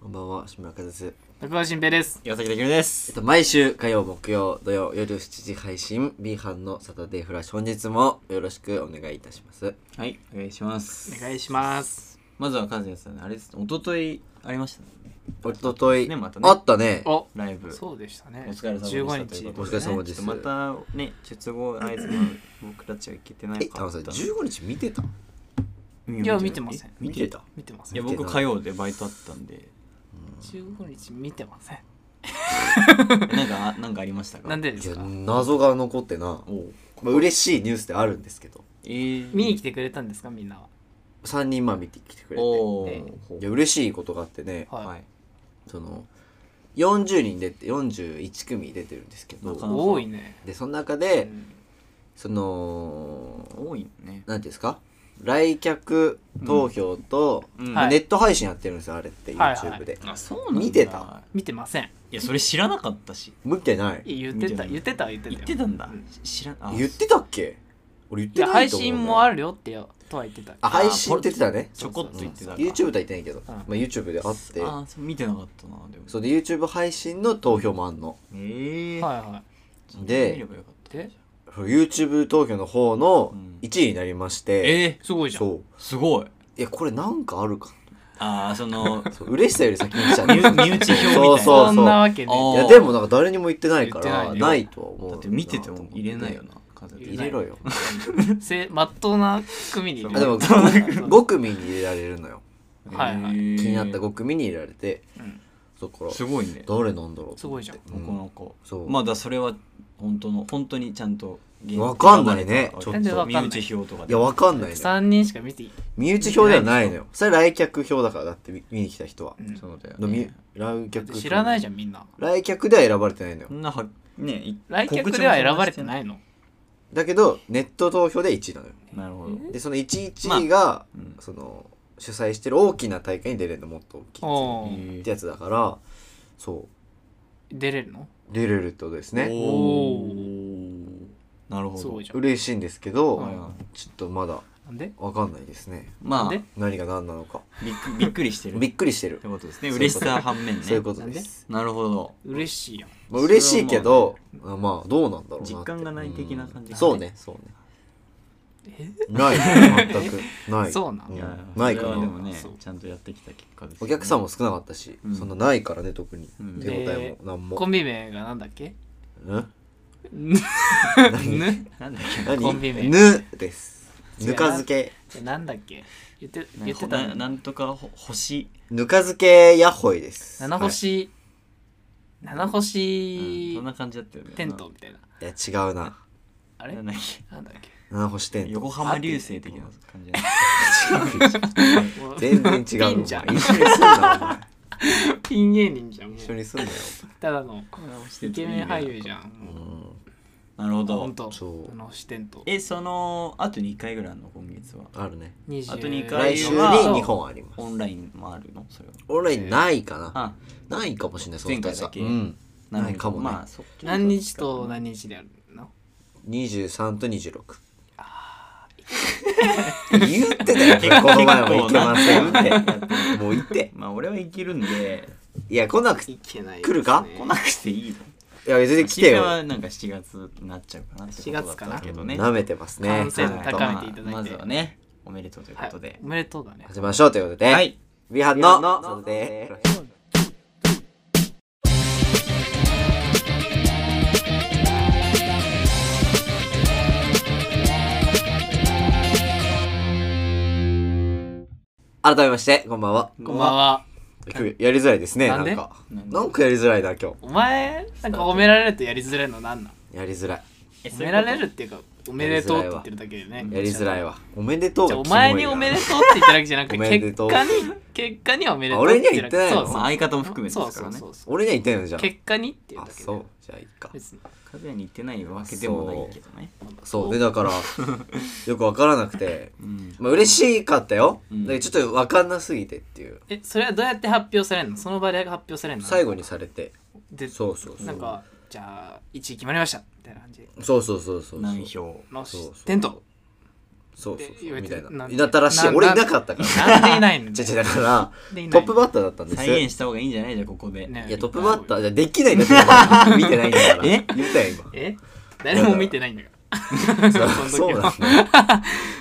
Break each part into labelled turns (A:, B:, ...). A: こんばんは、志村和です。
B: 中川新平です。
C: 岩崎できるで
A: えっ
C: す。
A: と、毎週火曜、木曜、土曜、夜7時配信、B 班のサタデーフラッシュ、本日もよろしくお願いいたします。
C: はい、お願いします。
B: お願いします。
C: まずはカズヤさんね、あれです、一昨日ありましたね。
A: おととい、
C: ねまたね
A: あったね。
B: お、
C: ライブ。
B: そうでしたね。
C: お疲れ様でした
B: 15
C: とい
B: 日。
C: う
A: ことでお疲れ様です
C: ちょっとまたね、術後あいつも僕たちは行けてな
A: え、
C: い
A: たまさん、
C: った
A: 15日見てた
B: いや見てません。
C: 見てた。
B: 見てませ
C: いや、
B: ん。
C: 僕火曜でバイトあった んで、
B: 15日見てません。
C: なんか、あなんかありましたか
B: なんでで
A: い
B: す
A: や、
B: か。
A: 謎が残ってな。
C: おう
A: まあ、嬉しいニュースであるんですけど、
C: えー、
B: 見に来てくれたんですかみんなは。
A: 3人まあ見てきてくれて。
C: お
B: え
C: ー
A: いや、嬉しいことがあってね、
B: はい。
C: はい。
A: その、40人出て、41組出てるんですけ
C: な
A: ど、
C: かなか
B: 多いね。
A: で、その中
B: う
A: で、
B: ん
A: その、
C: 多いね。
A: なんていうんですか来客投票と、
C: うん
A: まあ
B: はい
A: ネット配信やってるんですよあれって
B: はいはい
A: YouTube で、
C: あ、そう
A: 見てた
B: 見てません。
C: いや、それ知らなかったし。
A: 見てない
B: いや言ってた言
C: 見
B: ってた言ってた
C: 言
B: よ。
C: ってたんだ
B: うん。
C: 知らあ
A: 言ってたっけ俺言っ
B: い
A: て
B: や
A: ない
B: 配
A: と思う
B: 信もあ
A: る
B: るよってよとは言ってた。
A: あ配信って言ってたね
C: ちょこっと言ってたか。
A: YouTube とは言ってないけど、
B: うん
A: まあ、YouTube であって
C: あーそう見てなかったなでも
A: それで YouTube 配信の投票もあんの
C: ええ
B: はいは
A: で
C: 見ればよかった
B: で
A: その YouTube 投票の方の
C: うん
A: 1位になりまして、
C: え
B: い。すごいじゃん。
A: そう
C: すごい
A: いやこれなんかあるか
C: ああそ の
A: そう嬉しさより先に来ちゃった
C: 身身内票みたいな
A: そうそう
B: そん
A: そ
B: な
A: う
B: わけ
C: あ
B: ね。
A: いやでもなんか誰にも言ってないか
B: 言って
A: ら
B: な
A: ないい
B: よ
A: とは思う
C: だって見てても入れないよな風
A: 入
B: 入
C: 邪
A: れろよ
B: せまっとうな組にいる。
A: あでも
B: そう
A: 5組に入れられるのよ
B: はいはい
C: い
A: 気になった5組に入れられて
B: うん
A: そこか
C: す
A: ら
C: ごいねな
A: 誰なんだろう
B: すごいじゃん。
A: う
C: か
A: ん
C: なか
A: そう
C: まあだそれは本当の本当にちゃんと
A: わかんないね
C: ちょ
B: 全
C: っ
B: 然わか
C: と
B: ん
C: 身
B: ない
C: 内票とか
A: い
C: で
A: やわかんないね
B: 3人しか見ていい。
A: 身内票ではないのよそれ来客票だからだって見見に来た人は
B: うん
C: そうだよ
A: のみ
C: ね
A: 来客
B: 知らない
A: じ
B: じゃんみんな。
A: ゃん来客では選ばれてないのよ
C: そんなはねい
B: 来客では選ばれてないいの。
A: だけどネット投票で1位なのよ
C: なるほど
B: え
A: でその1位1位が
C: うん
A: その主催してる大きな大会に出れるのもっと大きいや
B: おー
A: つってやつだからそ
B: 出れるの
A: う出れるってことですね
C: お
B: お
C: ーなるほど
B: すごいじゃん。
A: 嬉しいんですけど
C: はいはい
A: ちょっとまだ
B: なんで
A: わかんないですね
C: まあ
B: で
A: 何が何なのか
C: びっくびっくりしてる
A: びっくりしてる
C: ってことですね。
A: そういうこと
C: 嬉しさ反面ね。
A: そういうことです
C: なるほど。
B: 嬉しいやん。
A: まあ、嬉しいけど、あまあどうなんだろうなって
C: 実感がない的な感
A: う
C: じ
A: ん
C: が
A: そうねそうね
B: え
A: ない全くない
B: そうなん
A: ん
C: いや
A: ないか
C: それはでも
A: な
C: ね
B: そう、
C: ちゃんとやってきた結果です、
A: お客さんも
C: そ
A: 少なかったし、
C: うん
A: そんなないからね特に、
C: うん
A: 手応えもなん
B: コ
A: も、
B: ンビ名がなんだっけ
A: うん、
B: ぬ
C: ね。なんだっけ
A: 何
B: コンビ名
A: ぬです
B: 違うな
A: ぬか漬け
B: なんだっけ言って
C: な
B: 言ってた
C: な
B: ね。
C: んとかほ星。
A: ぬか漬けやほいです
B: 七星、七
C: うん
B: 星
C: そんな感じだったよね。
B: テントみたいな。
A: はいいや違うな
B: あ
C: な
B: れ
C: ん
B: な
C: だっけ
B: んだっけ
A: 七星テント
C: 横浜流星的な感じだね。
B: もう
A: 全然違う
B: ピンじゃん
A: お前。一緒にすんなお前
B: ピン芸人じゃん。もう
A: 一緒にすんなよ、
B: ただのイケメン俳優じゃん。
A: う
B: も
A: ん、
C: ゃん。なるほ
B: うほん
C: ど。
B: と、
A: そう
B: 七星テント。
C: え、その、あと2回ぐらいあんの今月は。
A: あるね
B: 20
C: あと二
A: 来
C: 回
A: 週
C: は
A: に2本あります
C: オンラインもあるのそれは。
A: 俺ないかな、
C: あ、
A: ないかもしれないその
C: 前回
A: 二つは
C: だけ
A: うん、ないかもね、
C: まあ、そっちの
B: 何日と何日でやるの
A: 23と26言ってたよこの前もいけませんってもういて
C: まあ、俺はいけるんで、
A: いや来なくて
B: いけない
A: 来るか
C: 来なくていいの。
A: いや全然来て
C: まあ
A: よ
C: はなんか7月になっちゃうかなってことだったんだけどね。
A: なめてますね
B: 完成度高めていただいて
C: まあまずはね、おめでとうという
B: は
C: こ
B: い
C: とで。
B: おめでとうだね。
A: 始めましょうということで、
C: はい。、
A: ビハンのサタデー改めましてこんばんは
B: こんばんは。
A: 今日やりづらいですね
B: な
A: なんん
B: で
A: か
C: なんで
A: なんかやりづらいな今
B: お前、なんか褒められるとやりづらいのなんなん
A: 日やりづらい
C: え
B: 褒められるっていうか、おめでとうって言ってるだけでね。
A: やりづらいわおめでとう
B: じゃあ。
A: が
B: お
A: キモいな
B: 前におめでとうって言っただけじゃなくて、
A: おめで
B: 結
A: とう
B: 果に、結果にはおめでとう
A: あ俺には言ってないの
B: そうそう
C: まあ相方も含めて
B: そ
C: で
B: う
C: す
B: そ
C: から
B: う
C: ね
B: そ。うそう。
A: 俺には言ってないのじゃん
B: 結果にっていう
A: あ
B: だけ
A: そ
B: で
A: う。じゃあいいか
B: 別に。
C: 和也に行ってないわけでもないけどね。
A: そうでだからよくわからなくて
C: うん。
A: まあ嬉しかったよ、
C: うん
A: だけどちょっとわかんなすぎてっていう
B: え、それはどうやって発表されるのその場で発表されるの
A: 最後にされて
B: で、
A: そうそうそう
B: なんか、じゃあ、1位決まりましたみたいな感じで。
A: そうそうそうそう
C: 何票
B: の
A: そうそう
B: テント。
A: そうそうそうみたい
B: な
A: なん
B: で
A: だったらしい
B: な
A: 俺いなかったから
B: なんでいな いの
A: じゃじゃだから
B: でいない
A: トップバッターだったんです
C: 再現した方がいいんじゃないじゃんここで、
B: ね
A: いやトップバッターじゃできないんだって今見てないんだから
C: え
A: 言ったよ今
B: え誰も見てないんだからその時は
A: そうなんだよ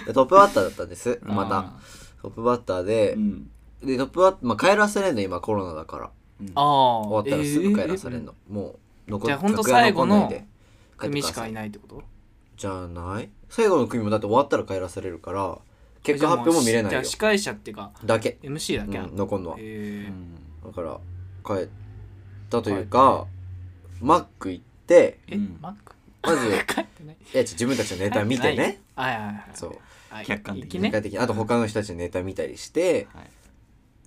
A: でトップバッターだったんです
B: あー
A: またトップバッターで
C: うん
A: でトップバッター、まあ、帰らせれんの今コロナだから
B: ああ
A: 終わったらすぐ帰らされん
B: えー
A: の、もう残っ
B: じゃあほんと
A: 楽屋
B: 最後の
A: 残んないで帰って
B: 組
A: く
B: し
A: ださ
B: かいないってこと
A: じゃない最後の組もだって終わったら帰らされるから結果発表も見れない
B: じゃ
A: よ
B: あ司会者っていうか
A: だけ、
B: MC だけな
A: うんん
B: だ
A: 残んのはだ
B: え
A: から帰ったというかマック行って
B: ーえ
C: うん
B: マック
A: まずい
B: 帰ってない
A: やちょ自分たちのネタ見てね
B: はいはいはい
A: そう
B: はい
C: 客観的に
B: いき
A: 結
B: ね
A: 果的にあと他の人たちのネタ見たりして
C: はい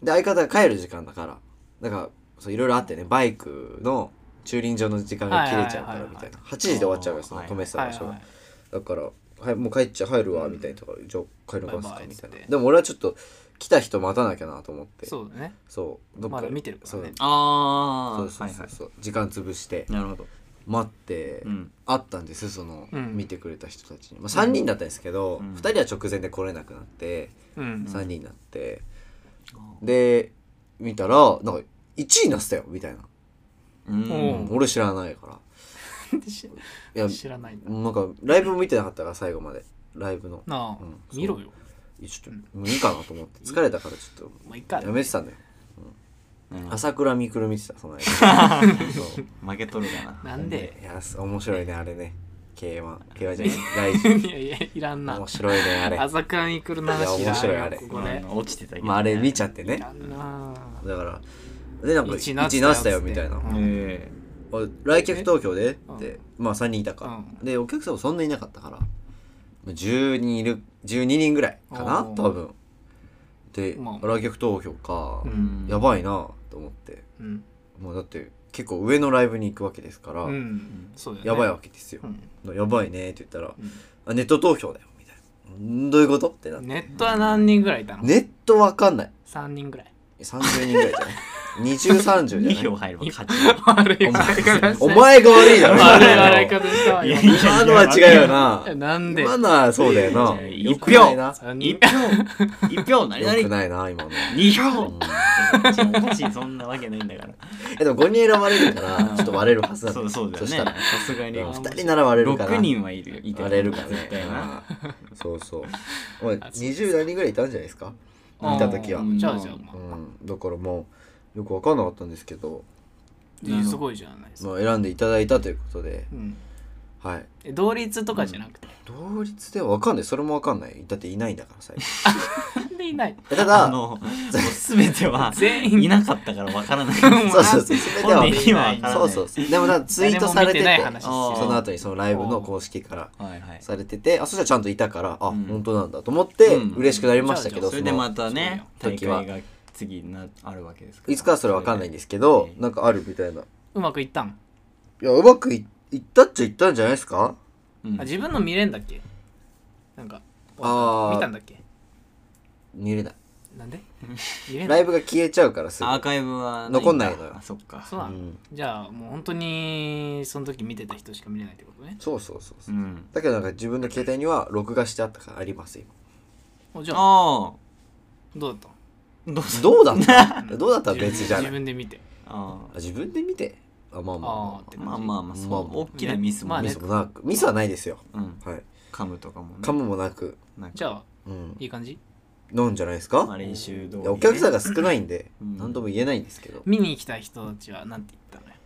A: で相方が帰る時間だからだからそういろいろあってねバイクの駐輪場の時間が切れちゃうからみた
B: はいはいはいい
A: な8時で終わっちゃうからその
C: はい
A: 止めてた
B: はい
A: 場所
B: は
A: が
B: い
A: だから「はいもう帰っちゃ入るわ」みたいなとか「じゃあ帰ります
B: バイ
A: か
B: バ」イ
A: みたい
B: っつっ
A: な
B: て
A: でも俺はちょっと来た人待たなきゃなと思って
B: そうだね
A: そうどっ
B: ま
A: か
B: だ見
A: で
B: てるからね
C: ああ
A: そうそう
C: はい
A: そ
C: は
A: うそう時間潰して
C: いなるほど
A: 待って
C: うん
A: 会ったんですその
B: うん
A: 見てくれた人たちにまあ3人だったんですけど
C: うん
A: 2人は直前で来れなくなって
B: うん
A: 3人になってで見たらなんか1位になってたよみたいな
C: うん
B: うん
A: 俺知らないからいや
B: 知らないんだ
A: なんかライブも見てなかったから最後までライブの
B: なあ
A: うんそう
B: 見ろよ
A: ちょっともういいかなと思って疲れたからちょっ
B: まあいっか
A: とやめてたんだよ
C: なるほど
A: 朝倉未来見てた その間そう
C: 負けとるかな
B: なんで
A: いやす面白いねあれね K1K1 じゃない
B: いや
A: 大
B: いやいらんな
A: 面白いねあれ
B: 朝倉未来の
A: い
B: 話
A: や面白い
B: らんよ
A: あれ
B: ここ
C: あ
B: で
C: の落ちてたけど
A: まああれ見ちゃって
B: い
A: ね
B: らんな
A: だからでなんか
B: 一
A: 1
B: 位
A: 位
B: な
A: な
B: っ
A: って
B: たよ
A: てたよみたいな
B: つって
C: え
A: あ来客東京で
B: うん
A: ってまあ3人いたか
B: う
A: でお客さんもそんなにいなかったから10人いる12人ぐらいかな
B: おー
A: 多分で
B: まあ
A: 来客東京か
B: う
C: え
B: ん
A: やばいなと思って
B: うん
A: もうだって結構上のライブに行くわけですから
B: うんそうだよね
A: やばいわけですよ
B: うん
A: やばいねって言ったら
B: うん
A: あネット投票だよみたいなんどういうことってなって
B: ネットは何人ぐらいいたの
A: ネットわかんない
B: 3人ぐらい
A: 30人ぐらいじゃない2030じゃな
C: 2
A: い
C: 票入れば勝ち
B: 悪い笑い方した
A: お前が悪いだろ
B: 悪い笑い方したわ
C: いや
B: 今
C: いや
A: 今のは違うよな
B: えなんで
A: 今のはそうだよな。
C: いやいや
A: よくないな。
B: 三
C: 一
B: 人
C: 票一票何
A: よく
C: 々
A: ないな、今の。
C: 二票
A: うん
C: おかしいそんなわけないんだから
A: えでも5人選ばれるから、ちょっと割れるはずだ
C: そうそうだ
A: そ
C: よ
A: し
C: ね
A: たら、
C: さすがに
A: うん
B: あ
A: 2人なら割れるかな。
C: 6人はいるよいて
A: 割れるから
C: 絶対な
A: ね。うんそう そう。おい、20何人ぐらいいたんじゃないですか見た時は
B: あーじゃあじゃあ
A: う
B: ま
A: ん。だからもう、よくわかんなかったんですけど、
B: あいやすごいじゃないですか
A: まあ、選んでいただいたということで、
B: うん
A: はい。
B: え同率とかじゃなくて
A: 同率ではわかんない。それもわかんない。だっていないんだから、最後。
B: なんでいない
A: えた
C: あ
A: だ、
C: のもう全ては
B: 全員
C: いなかったからわからない
A: そうそうそう。全ては
C: 本人にはわからない
A: そうそうそう。でも、ツイートされてて、
B: 誰も見てない話です
C: あー
A: その後にそのライブの公式から
C: はいはい
A: されててあそしたらちゃんといたからあ、
C: うん
A: 本当なんだと思って
C: うん
A: 嬉しくなりましたけど、
B: ど
C: それでまたね
A: その
C: 大
A: 時は
C: 会が次なあるわけです
A: いつかはそれわかんないんですけどなんかあるみたいないう
B: まくいったん
A: やうまくいいったっちゃいったんじゃないですか
C: うん
B: あ自分の見れんだっけなんか
A: あー
B: 見たんだっけ
A: 見れない
B: なんで見れん
A: ラ
B: だ
A: イブが消えちゃうからすぐ
C: アーカイブは
A: 残んないのよ
C: あそっか
B: そうな
A: う
B: の
A: ん
B: じゃあもう本当にその時見てた人しか見れないってことね
A: そうそうそうそううんだけどなんか自分の携帯には録画してあったからあります今
B: おじゃあ
C: あ
B: どうだった
C: あどうぞ
A: どうだった
B: うん
A: どうだったら別じゃな
B: 自
A: い
B: 分で見て
C: あ
A: あ自分で見てあまあまあ
B: あ
A: ま
B: ーっ
A: あ
B: て
C: まあまあまあそ
A: まあ
C: う大きなミスも
B: まあ
A: ミ
B: ね
A: スもなくミスはないですよ
C: うん
A: はい
C: 噛むとかもね
A: 噛むもなく
C: なんか
B: じゃあ
A: うん
B: いい感じ
A: なんじゃないですか、
C: まあ練習通り
A: い
C: ね
A: やお客さんが少ないんで
C: うん
A: 何とも言えないんですけど
B: 見に来た人たちはなんて言ったのよ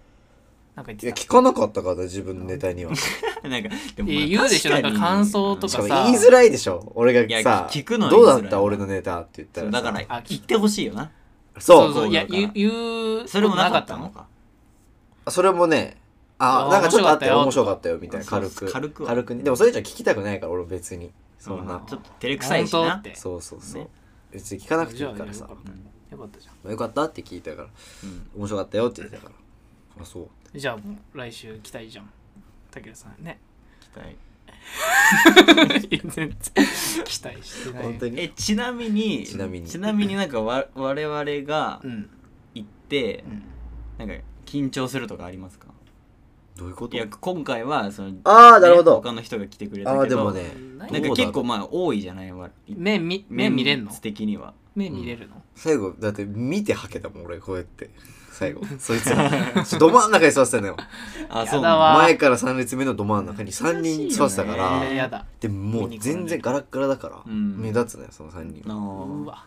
B: なんか言っ
A: いや
B: てた
A: 聞かなかったから自分のネタにはし
C: なんかでも
B: え言うでしょ
C: 確かに
B: なんか感想とか
A: かも
B: さ
A: 言いづらいでしょ俺
C: いや
A: がさ
C: 聞くのは言
A: ど
C: いうづらい
A: だった俺のネタって言った
C: そ
A: ら
C: う
A: さ
C: だから
B: あ
C: 言ってほしいよな
A: そう
B: そうそういや言う言う
C: それもなかったの
B: こ
C: か
A: それもねあ
B: あー
A: なんかちょっとあったよ面
B: 面
A: 白
B: 白か
A: か
B: っ
A: ったよみたいな軽
C: そう
A: く
C: そう軽くは
A: 軽くねでもそれじゃ聞きたくないから俺別にそん
C: う
A: なん
C: ちょっと照れ
B: と
C: くさ
B: ないかっ
C: した
B: の本
C: な
B: 当って
A: そうそうそう
C: ね
A: 別に聞かなくて
B: じ
A: い
B: ゃ
A: い
B: あ
A: からさ
B: よかったよかったじゃ
A: まあよかったって聞いたから
C: うん
A: 面白かったよって言ってたからあそうん
B: じゃあもう来週期待じゃん武田さんね
C: 期待
B: いや全然期待してない
A: 本当に
C: えちなみに
A: ちなみに
C: ちなみになんかわ 我々が
B: うん
C: 行って
B: うん
C: なんか緊張するとかありますか
A: どういうこ
C: い
A: と
C: や今回はその
A: ああなるほど、
C: 他の人が来てくれたけ
A: あ
C: ど
A: あでもね
B: ない
C: なんか結構まあ多いじゃないわ
B: 目見目見れんの
C: 面的には
B: 目見れるの、
A: 最後だって見てはけたもん俺こうやって最 後そいつちょど真ん中に座ってたのよ
C: あ
B: や
C: そう
B: だ
C: な
B: わ
A: 前から3列目のど真ん中に3人座ってたか
C: あ
A: ら
C: ー
B: えーやだ
A: でもう全然ガラッガラだから
C: うん
A: 目立つのよその3人
C: んだ
B: う
C: あ
B: わ、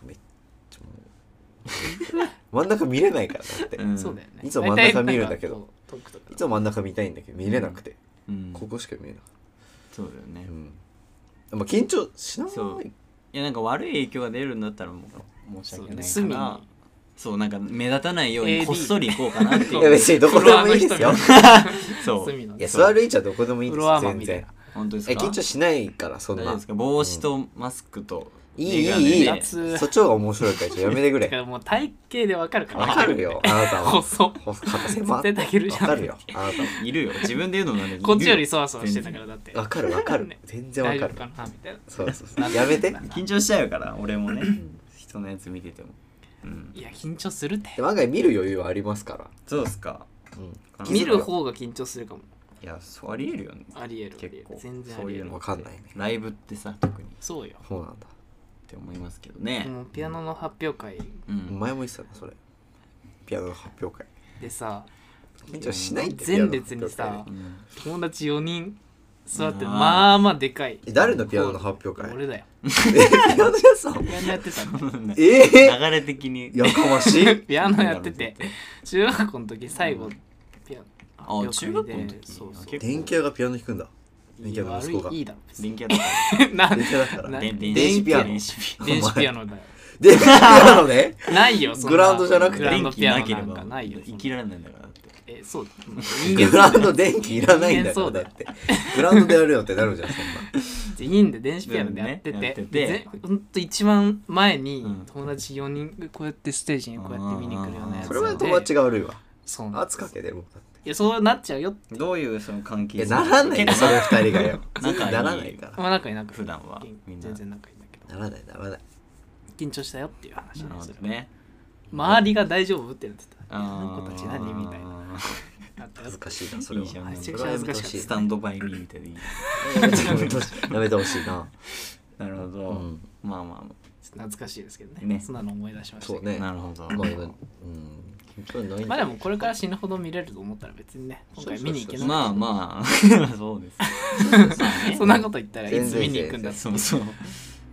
A: ちょもう真ん中見れないからだって
C: ーうん
B: そうだよね
A: いつも真ん中見るんだけど
B: 大体なんかこう遠くとか
A: いつも真ん中見たいんだけど見れなくて
C: うん
A: ここしか見えなかっ
C: そうだよね
A: たうんまあ緊張しな
C: そう
A: い
C: いやなんか悪い影響が出るんだったらもう申し訳ないか
B: そうね
C: らそうなんか目立たないよう
B: AD
C: にこっそり行こうかなって
A: いや
C: いう
A: 別にどこでもいいですよ
B: フロアの人みたい
C: そう
B: 隅の
A: いや座る位置はどこでもいいで
B: フロア
A: す
B: マン
A: 全
B: みたい
A: 然
B: な
C: 本当です
A: え
C: か
A: 緊張しないからそん
C: 大丈夫
A: な
C: ですか帽子とマスクと
A: いい
C: メガネ
A: いいいい
C: で
B: 夏
A: そっちの方が面白いからちょっとやめてく
B: だ
A: れ
B: からもう体型 でわかるから
A: わかるよあなた は
B: 細っ
A: 肩狭
B: 絶対抱けるじゃん
A: わかるよあなたはい
C: るよ自分で言うのなんで
B: こっちより
C: い
B: そわそわしてたからだって
A: わかるわかる
B: ね
A: 全然わ
B: 大丈
A: か
B: 夫
A: る
B: かなみたいな
A: そうそうそうやめてで
C: るよ緊張しちゃうから俺もね人のやつ見ててもうん
B: いや緊張するって
A: も案外見る余裕はありますから
C: そうっすか
A: うん
C: あの
B: 見る方が緊張するかも
C: いやそうありえるよね
B: ありえるありえ
C: 結
B: る
C: 構
B: 全然あ
C: そう
B: り
C: い
B: え
C: う
B: る
C: の
A: わかんないね
C: ライブってさ特にっ
B: そうよ
A: そうなんだ
C: て思いますけどね
B: もうピアノの発表会
C: うん
A: 前も言ってたなそれピアノの発表会
B: でさ
A: 緊張しないって
B: 前列にさ
C: うん
B: 友達4人座って
C: うん
B: まあまあでかい
A: え誰のピアノの発表会
B: 俺だよ
A: えピアノ屋さん
B: ピアノやってたの
A: ええ
C: 流れ的に
A: やかましい
B: ピアノやってて中学校の時最後ピアノ
C: あ
B: 発表
C: 中
B: 会
C: 学
B: で
C: 校の時
B: そうそう
C: 結構
A: 電気屋がピアノ弾くんだ電
B: い
A: 気
B: や
A: 屋の息子が
B: 悪いいいだろ別に
C: 電気屋だから
B: な
A: 電気屋だから
B: な
A: 電
C: 電電
A: 電
C: 子
A: 子
C: ピ
A: ピ
C: ア
A: ア
C: ノ
A: ノ
B: 電子
C: 電子ピ
B: ピアノだよ
A: 気屋なの ね
B: ないよそんな
A: グラウンドじゃなくて
B: グ
C: ア
B: ラウ
C: ノ
B: ンド
C: 電気
B: ピア
C: な
B: ノ
C: け
B: な
C: れ
B: ん
C: ば
B: かないよ
C: 生きられないんだからだって
B: えそう
A: グラウンド電気いらないんだか
B: そ
A: ら
B: うだ
A: だ
B: よ
A: ってグラウンドでやるよってなるじゃんそんな
B: 4人で電子ピアノでやって
C: うんねやって
B: て
C: て
B: ぜほんと一番前に
C: うん
B: 友達4人がこうやってステージにこうやって見に来るようなやつ
A: それは友達
B: が
A: が悪いわ
B: そうなん
A: 圧かけてるもんだって
B: いやそうなっちゃうよって
C: どういうその関係
A: えならないよそれ
C: 結
A: 二人が よ
C: 仲いい
A: ならないか
B: まあ仲いい仲いい
C: 普段はみんな
B: 全然仲いいんだけど
A: らならないならない
B: 緊張したよっていう話
C: 構
B: なん
C: な
B: です
C: る
B: よ
C: ほどね
B: 周りが大丈夫ってなってたいやあ
C: あ
B: の子たち何みたいななったよ
A: 恥ずかしいなそれはい
C: いじゃん
B: めちゃ
A: そ
B: くちゃ
A: れはやめ
B: 恥ず
A: てほ
B: かしかった
A: しい
C: スタンドバイミーみたいでいい
A: やめてほしいな
C: なるほど、
A: うん
C: まあまあま
B: 懐かしいですけどね
C: ね
B: そんなの思い出しました
A: そ
B: け
A: う
B: ど
A: ね
C: あなるほど、
A: まあうん緊張ないん
B: ま
A: だ
B: あでもこれから死ぬほど見れると思ったら別にね今回見に行けな
C: まあ
B: い
C: まあそうです
B: けどそんなこと言ったらいつ見に行くんだって
C: そうそう、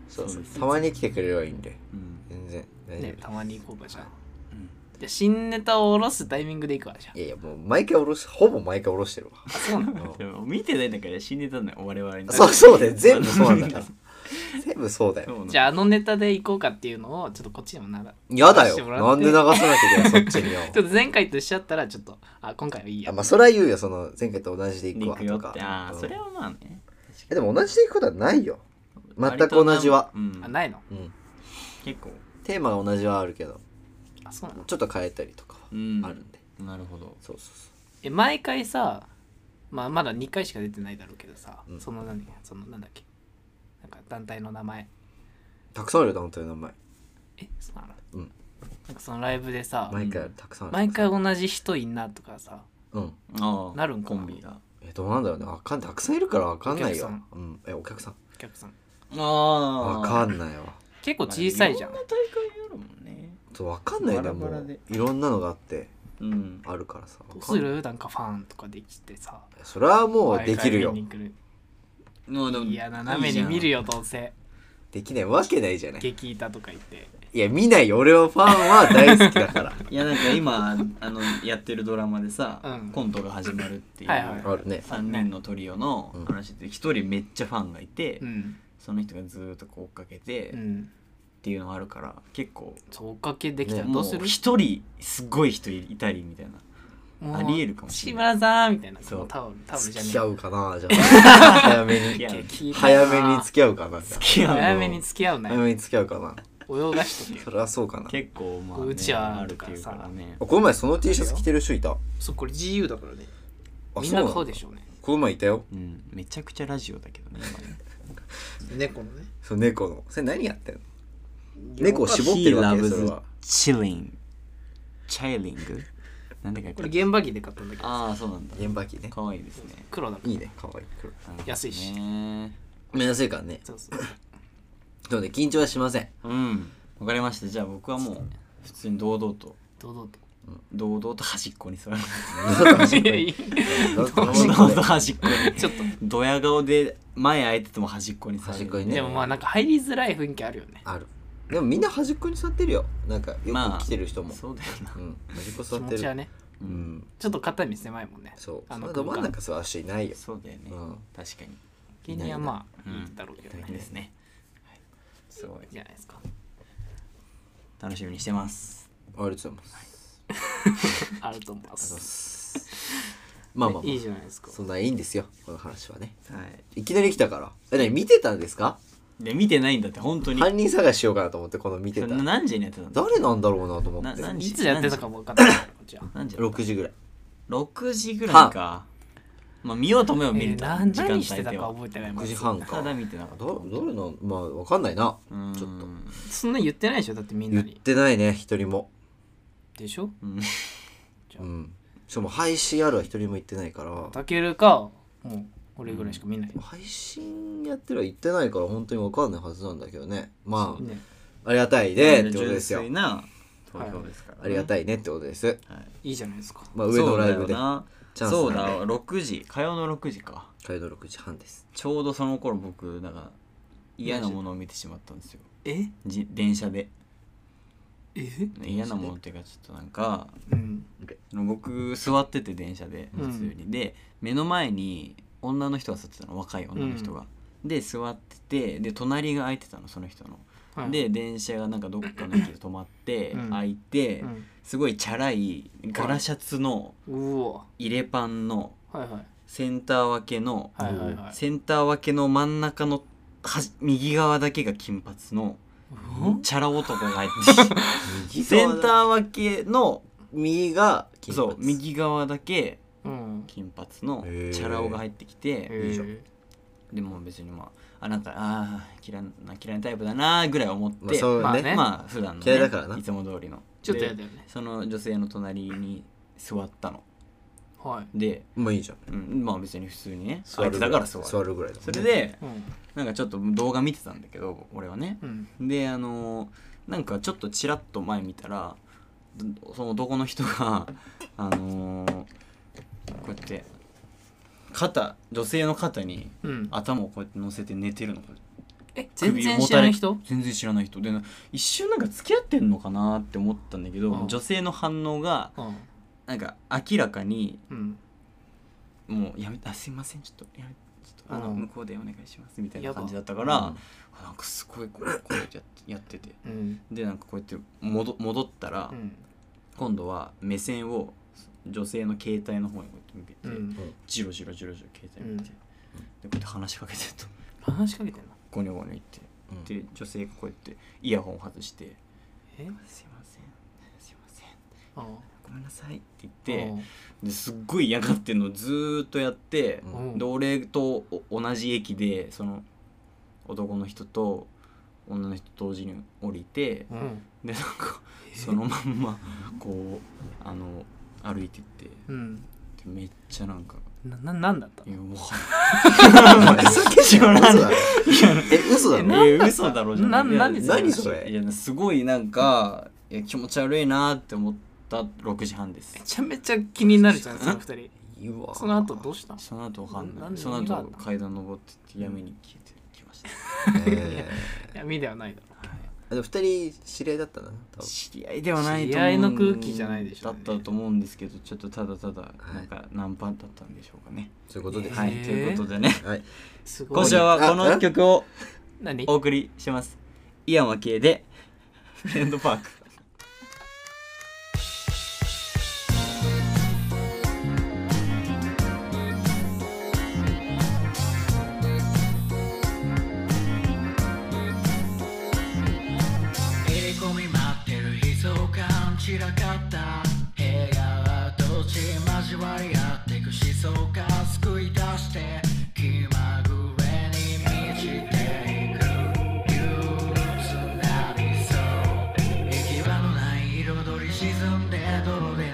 A: そう
C: そう
A: たまに来てくれればいいんで
C: うん、
A: 全然大丈
B: ね、たまに行こうかじゃあ
C: うん
B: じゃあ新ネタを下ろすタイミングで行くわじゃ
A: 夫いやいやもう毎回おろしほぼ毎回おろしてるわ
B: あそうなの
A: うん
C: でも見てないんだから死んでたんだよ我々に
A: そうそうだよ全部そうなんだか ら全部そうだ
C: そう
A: よ
C: なんだ
B: じゃああのネタで行こうかっていうのをちょっとこっちにもなら
A: やだ
B: 流して
A: よ
B: もらって
A: なんで流さなきゃいけないそっちによ
B: ちょっと前回としちゃったらちょっとあ今回はいいや
A: あまあそれは言うよその前回と同じで行く
C: 行
A: わ
C: くよ
A: と
C: っ
A: か
C: てああ、
A: うん
C: それはまあね
A: えでも同じで行くことはないよ全く同じは
C: 割となうん
B: あないの
A: うん
C: 結構
A: テーマが同じはあるけど
B: あそうなの
A: ちょっと変えたりとかは
C: うん
A: あるんで、
C: なるほど
A: そうそう
B: え毎回さ、まあ、まだ2回しか出てないだろうけどさ、
A: うん
B: その何そのなんだっけなんか団体の名前
A: そうたくさんあるよ団体の名前
B: えそうなの、
A: うん
B: なんかそのライブでさ
A: 毎回あるたくさんある
B: 毎回同じ人いんなとかさ
A: うん
C: ああ
B: なるんか
C: コ
B: な
C: ンビが
A: えどうなんだろうねわかんたくさんいるからわかんないよ
B: お客
A: うんえお客さん
B: お客さん
C: ああ
A: わかんないわ
B: 結構小さいじゃん
C: まあいろんな大会やるもんね
A: そうわかんない
C: バ
A: ね
C: ラバ
A: も
C: ラ
A: う
C: で
A: いろんなのがあって
C: うん
A: あるからさわ
B: どう
A: か
B: す
A: んない
B: るなんかファンとかできてさ
A: それはもうできるよ
B: 毎回見に来
C: もうでも
B: いや斜めに見るよどうせ
A: できないわけないじゃない
B: 激板とか言って
A: いや見ないよ俺はファンは大好きだから
C: いやなんか 今あのやってるドラマでさ、
B: うん
C: コントが始まるっていう
B: はいはい
A: あるね
C: 3人のトリオの
A: うん
C: 話で一人めっちゃファンがいて、
B: うん
C: その人がずーっとこう追っかけて、
B: う
C: っ
B: ん
C: ていうのがあるから結構
B: そう追っかけできたら
A: ね
B: ど
C: も
B: うする
C: う一人すごい人いたりみたいな
B: もう
C: ありえるかもしれない
B: 志村さんみたいな
C: そう
B: このタオルタオル
A: 付
B: じゃ
A: き合
B: ね
A: うかなじゃあ早め
C: 付き
A: に
C: 合う
B: え激板
A: 早めに付き合うかなじゃあ
C: 付き合うの
B: 早めに付き合うな
A: 早
B: よ
A: めに付き合うかな
B: 泳がしとけ
A: そ
B: よ
A: れはそうかな
C: 結構まあ、ね、
B: うちは
C: あるっていうからね
A: あこの前その T シャツ着てる人いた
B: そうこれ GU だからね
A: あ
B: みんなそう
A: なんだ
B: でしょうね
A: この前いたよ
C: うんめちゃくちゃラジオだけどね今ね
B: 猫のね
A: その猫のそれ何やってんの猫を絞ってるわけ
C: He
A: それ
C: loves
A: は
C: chilling chilling なんだっけ
B: これ現場着で買ったんだけど
C: ああそうなんだ
A: 現場機ね
C: 可愛いですね
B: 黒だから
A: いいねかわいい黒
B: 安いし
C: ね
A: 目安いからね
B: そうそう
A: なので緊張はしません
C: うんわかりましたじゃあ僕はもう普通に堂々と
B: 堂々と
C: 堂々と端っこに座る
B: いやい や
A: どうぞ
C: 堂々と端っこに
B: ちょっと
C: ドヤ顔で前開いてても端っこに座る
A: 端っこにね
B: でもまあなんか入りづらい雰囲気あるよね
A: あるでもみんな端っこに座ってるよなんかよ
C: まあ
A: く来てる人も、
C: そうだよな
A: うん端っこ座
B: 気
A: っ
B: 持
A: て
B: ちは
A: る
B: ね
A: う
C: うん
A: ん
B: ちょっと肩身狭いもんね
A: そう
B: あ
A: そん
B: の
A: など
B: 空
A: 真ん
B: 間
A: 中座る人いないよ
C: そうだよね
A: うん
C: 確かに
B: 芸人はまあ
C: いない
B: い
C: ない
B: だろうけど
C: 大変
B: ね
C: ですねはいすごい
B: じゃないですか
C: 楽しみにしてます
A: ありがとうございます
B: あると思いま
A: ありがとうございますすまあまあま
B: いい
A: あ
B: じゃないですか
A: そんないいんですよこの話はね
C: はい
A: いきなり来たからえ何見てたんですか
C: で見てないんだって本当に
A: 犯人探ししようかなと思ってこの見て
C: そ
A: た
C: れな何時にやってたんだ
A: 誰なんだろうなと思って
C: な何
B: いつやってたかも分かんないじゃあ
C: 何時だ
A: 6時ぐらい
C: 6時ぐらいかまあ見ようと思えば見
B: え
C: れ
B: ー
C: た、
B: 何
C: 時間
B: 何
C: 帯
B: してた
C: で
B: か
C: は
B: 覚えてないも
A: 6
B: ん
A: 時半
C: た
A: か
C: だ見てなかった
A: どどれなんまあわかんないな
C: うーん
A: ちょっと
B: そんな言ってないでしょだってみん
A: 言
B: な
A: っ
B: に
A: てないね一人も
B: でしょ
C: うん
A: うんしかも配信あるは一人も行ってないからも
B: たけるかもう俺ぐらいしか見ないう
A: 配信やってるは行ってないから本当にわかんないはずなんだけどねま
B: ね
A: あありがたいねってこと
C: 純
A: ですよ
C: 粋な投票ですからね、
A: ありがたいねってことです
C: はい
B: いいじゃないですか
A: まあ上のライブでチャンス
C: そう
A: な
C: だ
A: ん
C: よなそうだ6時火曜の6時か
A: でイド6時半です
C: ちょうどその頃僕なんか嫌なものを見てしまったんですよ
B: え
C: じ電車で
B: え
C: 嫌なものっていうかちょっとなんか
B: うん
C: 僕座ってて電車で
B: う
C: 普
B: ん
C: 通に、で目の前に女の人が座ってたの若い女の人が、で座っててで隣が空いてたのその人の、
B: はい
C: で電車がなんかどっかの駅で止まって、
B: うん
C: 空いて、
B: うん
C: すごいチャラいガラシャツの
B: うお
C: 入れパンの
B: はいはい
C: センター分けの、
B: はいはいはい
C: センター分けの真ん中の端右側だけが金髪のチャラ男が 入っててセンター分けの
A: 右が金髪
C: そう右側だけ
B: うん
C: 金髪の
A: へー
C: チャラ男が入ってきて
A: いいじゃん
B: え
C: でも別にまああなんかあー嫌な嫌いなタイプだなーぐらい思っ
A: まあ
C: て、ま
A: そう
B: まあ
A: ね
B: ね
C: あ、普段の、
A: 嫌いだからない
C: つも通りの
B: ーちょっとや
C: で
B: だよね
C: その女性の隣に座ったの
B: はい
C: で、
A: まあいいじゃん
C: うん、まあ別に普通にね
A: 座る
C: 相手だから座る
A: 座るぐらいだもん
C: そ
A: ね
C: れで
B: うん
C: なんかちょっと動画見てたんだけど俺はね
B: うん
C: であのーなんかちょっとちらっと前見たらどその男の人があのーこうやって肩女性の肩に
B: うん
C: 頭をこうやって乗せて寝てるのこうやっ
B: え
C: て
B: 全
C: 首
B: 然
C: も
B: 知
C: た
B: らな
C: れ
B: い人
C: 全然知らない人でな一瞬なんか付き合ってんのかなって思ったんだけど、
B: うん
C: 女性の反応が
B: うん
C: なんか明らかに
B: うん
C: もうやめあすいませんちょっとやめちょっとあの
B: うん
C: 向こうでお願いしますみたいな
B: やば
C: 感じだったから、あなんかすごいこうこうやってややってて
B: うん
C: でなんかこうやって戻戻ったら、
B: うん
C: 今度は目線を女性の携帯の方にこうやって
B: う
C: 向けて、
B: ん
C: ジロジロジロジロ携帯見て、
B: う
C: でこうやって話しかけてると
B: 話しかけてんの
C: ゴニョゴニョ言って
A: うん
C: で女性がこうやってイヤホンを外して
B: え
C: 「すいませんすいません
B: あ
C: ごめんなさい」って言ってですっごい嫌がってんのをずーっとやって、
A: うん
B: うん
C: で俺とお同じ駅でその男の人と女の人同時に降りて、
B: うん
C: でなんかそのまんまこうあの歩いてってで
B: うん
C: めっちゃなんか
B: なななんだった
C: いやもう
A: 嘘 だろえ嘘だ
B: え
A: ろ
B: なんだ
C: 嘘だろじゃ
B: な
C: ない
B: 何
C: いや
A: 何それ
C: いやすごいなんかいや気持ち悪いなって思った6時半です
B: めちゃめちゃ気になるじゃんその二人
A: いいわ
B: その後どうしたの
C: その後わかん
B: な
C: な
B: なん
C: い
B: で
C: その
B: 何があ
C: 後
B: んの
C: 階段登ってって闇に消えてきました、
A: え
B: 闇ではないだろ
C: はい
A: ーでも二人知り合いだったな多分
C: 知り合いではない
B: 知
C: と思う
B: り合いの空気じゃないでしょうね
C: だったと思うんですけどちょっとただただなんかナンパだったんでしょうかね
A: そういうことです
C: はい、
B: へー
C: ということでね
A: はい
B: すごい
C: 今週はこの曲を
B: 何
C: お送りしますイヤマ系でフレンドパーク
D: 入り込み待ってる悲壮感散らかった部屋はどっち交わり合ってく思想が救い出して気まぐれに満ちていく憂鬱な理想行き場のない彩り沈んで泥で塗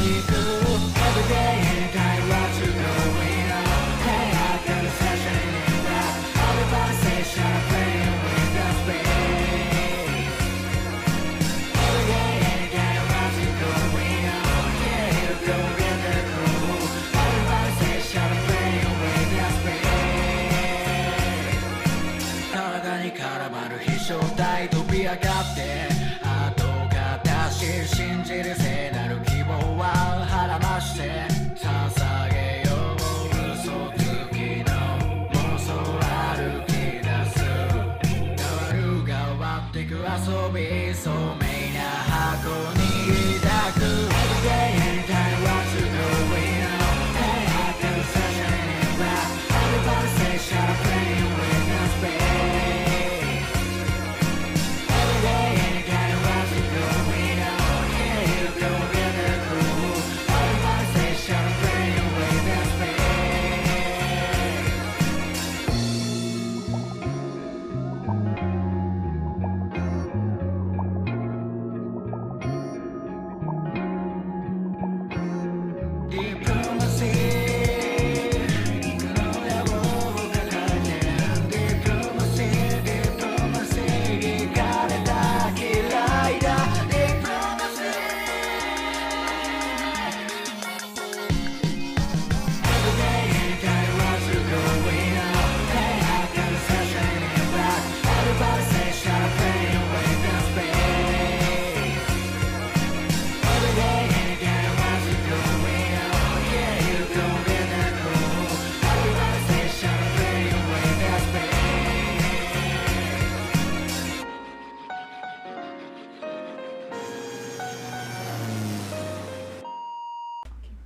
D: り替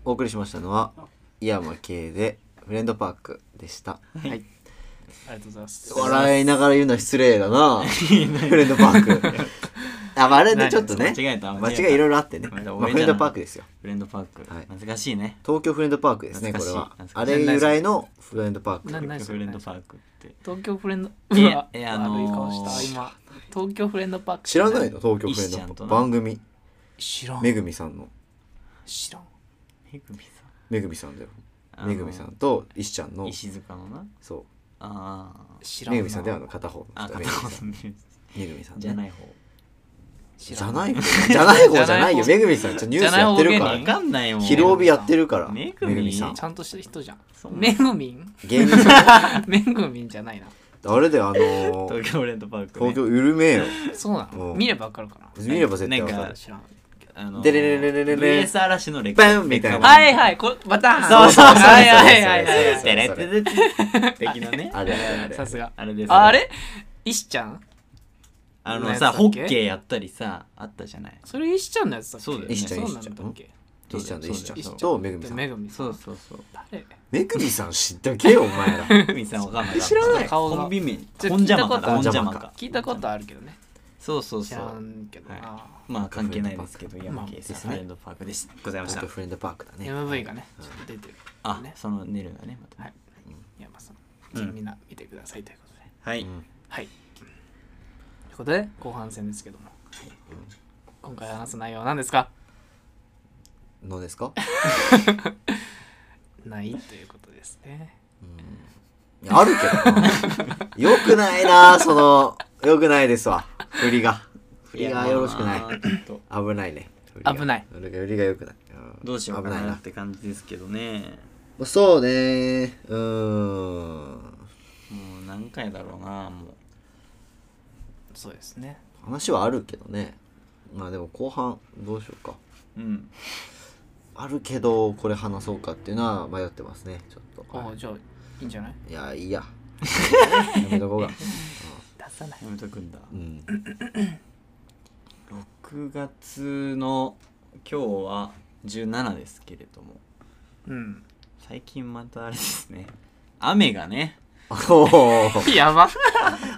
A: お送りしましたのは井山系でフレンドパークでした
B: はい。ありがとうございます。
A: 笑いながら言うのは失礼だ なフレンドパークあ、まあ、あれでちょっとね
C: 間違えた
A: 間違いいろいろあってね、
C: ごめんな
A: ま
C: ご
A: あ、
C: めん
A: フレンドパークですよ
C: フレンドパーク、
A: はい
C: 懐かしいね
A: 東京フレンドパークですねこれ
C: 懐かしい
A: は
C: 懐か
A: あ
C: しい
A: れ由来のフレンドパーク
B: な何そ
C: フ
B: れ
C: レンドパークって
B: 東京フレンド、
C: いうや
B: わ、
C: いやあのー
B: 悪い顔した、今。東京フレンドパーク。
A: 知らないの東京フレ
C: 石ち
A: ン
C: ゃ
A: ドパ
C: んと
A: ーク
C: な
A: 番組
B: 知らん
A: め。ぐみさんの
B: 知らん。
C: めぐみさん
A: めぐみさんだよ
C: あの
A: めぐみさんと石ちゃんの
C: 石塚のな
A: そ
C: あー
B: 知
A: う
B: らんな。
A: めぐみさんではあの片方の
C: あ
A: 人め
C: 片
A: ぐみさ
C: 方
A: ん
C: のね
A: めぐみさん
C: じゃないい方
B: 知
A: じ
B: ら
A: ゃ
B: ん
A: ない方じゃない方じゃないよ
B: じゃ
A: めぐみさんちょっとニュースやってる
B: じゃ
A: か
B: な
A: ら
B: い
C: わかんないもん
A: 昼帯やってるから
C: め
A: め
C: ぐみ
A: ぐみさん
B: ちゃんとした人じゃん
C: そう。
B: めぐみん
A: 芸人さん
B: めぐみんじゃないな。
A: あれであのー
C: 東京フレンドパーク、ね、
A: 東京ゆるめえよ
B: そうなの
A: うん
B: 見ればわかるかな。
A: 見れば絶対わか
C: なん
A: る
C: か
B: 知らん。
C: あの
A: デレレレレレレ
C: VS 嵐のレ
A: バンみたいな
C: は
B: はいいはい、こまた。
C: そうそうそうそう
B: はいはいはいはい
A: そうそう
B: はい。
C: テレテレテレ的なね
A: あれあれあれ
B: さすが。
C: あれです
B: ああれ石ちゃん
C: あ
B: の
C: の
B: やつだ
C: さ
B: っけ
C: ホッケーやったりさあったじゃない
B: それ石ちゃんのやつだっけ
C: そうだよね
A: 石ちゃん
B: そうなん
A: 石ち
B: だ
A: ゃん
B: っけ
A: 石ちゃんと石ちゃん
B: 石ちゃん
A: とめぐみさん
B: めぐみさん。
C: そうそうそう
B: 誰
A: めぐみさん知ってけよお前ら
C: ふみさんわかんない
A: 知らない
B: 顔が
C: コンビ名
B: ちょ
C: ホンジャマ
B: 聞いたことあ
C: か
B: る
C: ホンジャマか
B: 聞いたことあるけどね。
C: そうそう
B: 知
C: そ
B: ら
C: うん
B: けど
C: は
B: な。
C: まあ関係ないですけどヤ
B: まあ
C: マケイさん
A: です
C: フ
A: ね
C: レンドパークでした ございまし
A: 東
C: た
A: 京フレンドパークだね
B: MV がね、ちょっと出てる。
C: あ
B: ね
C: そのネルがねまた
B: は
C: ね
B: い。山さん、
C: うん
B: ぜひみんな見てくださいということで。
C: はい
A: うん
B: はい。ということで、後半戦ですけども。今回話す内容は何ですか
A: のですか
B: ないということですね。
A: いやあるけどな よくないなそのよくないですわ振りが振りがよろしくない
C: やまあちょっと
A: 危ないね振りが
B: 危ない
A: 振りが振りがよくない、うん
C: どうしようか
A: 危ない
C: なっ
A: な
C: て感じですけどね
A: そうねうーん
C: もう何回だろうなもう
B: そうですね。
A: 話はあるけどねまあでも後半どうしようか
C: うん
A: あるけどこれ話そうかっていうのは迷ってますねちょっ
B: お
A: と
B: お、じゃあ、いいんじゃない
A: いやいいややめとこうが
B: 出さない。
C: やめとくんだ
A: うん
C: 6月の今日は17ですけれども
B: うん。
C: 最近またあれですね雨がね
A: おー
B: やば。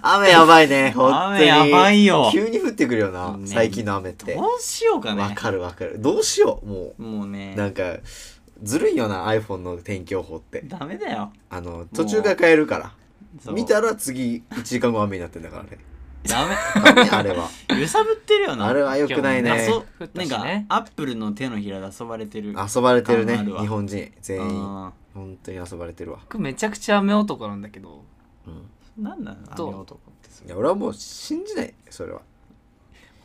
A: 雨やばいね本当に
C: 雨やばいよ
A: 急に降ってくるよな、
C: ね
A: 最近の雨って
C: どうしようか
A: わ
C: ね
A: かるわかるどうしようも
C: もう
A: う
C: ね
A: なんかずるいよな iPhone の天気予報って
C: ダメだよ
A: あの途中から変えるか
C: そ
A: ら
C: う
A: 見たら次1時間後雨になってんだから ね
C: ダメ
A: ダメあれは
C: 揺さぶってるよな
A: あれはよくない
B: 今日
A: ね
B: も
C: 遊
B: ね降った
C: なん
B: し
C: か
B: ね
C: アップルの手のひらで遊ばれてる
A: 遊ばれてるね
C: あるわ
A: 日本人全員
C: あ
A: 本当に遊ばれてるわ、
B: 僕めちゃくちゃ雨男なんだけど、
A: うん、
C: ーなんなの雨
B: どう
C: 男ってそ
A: い
C: れ
A: や俺はもう信じないそれは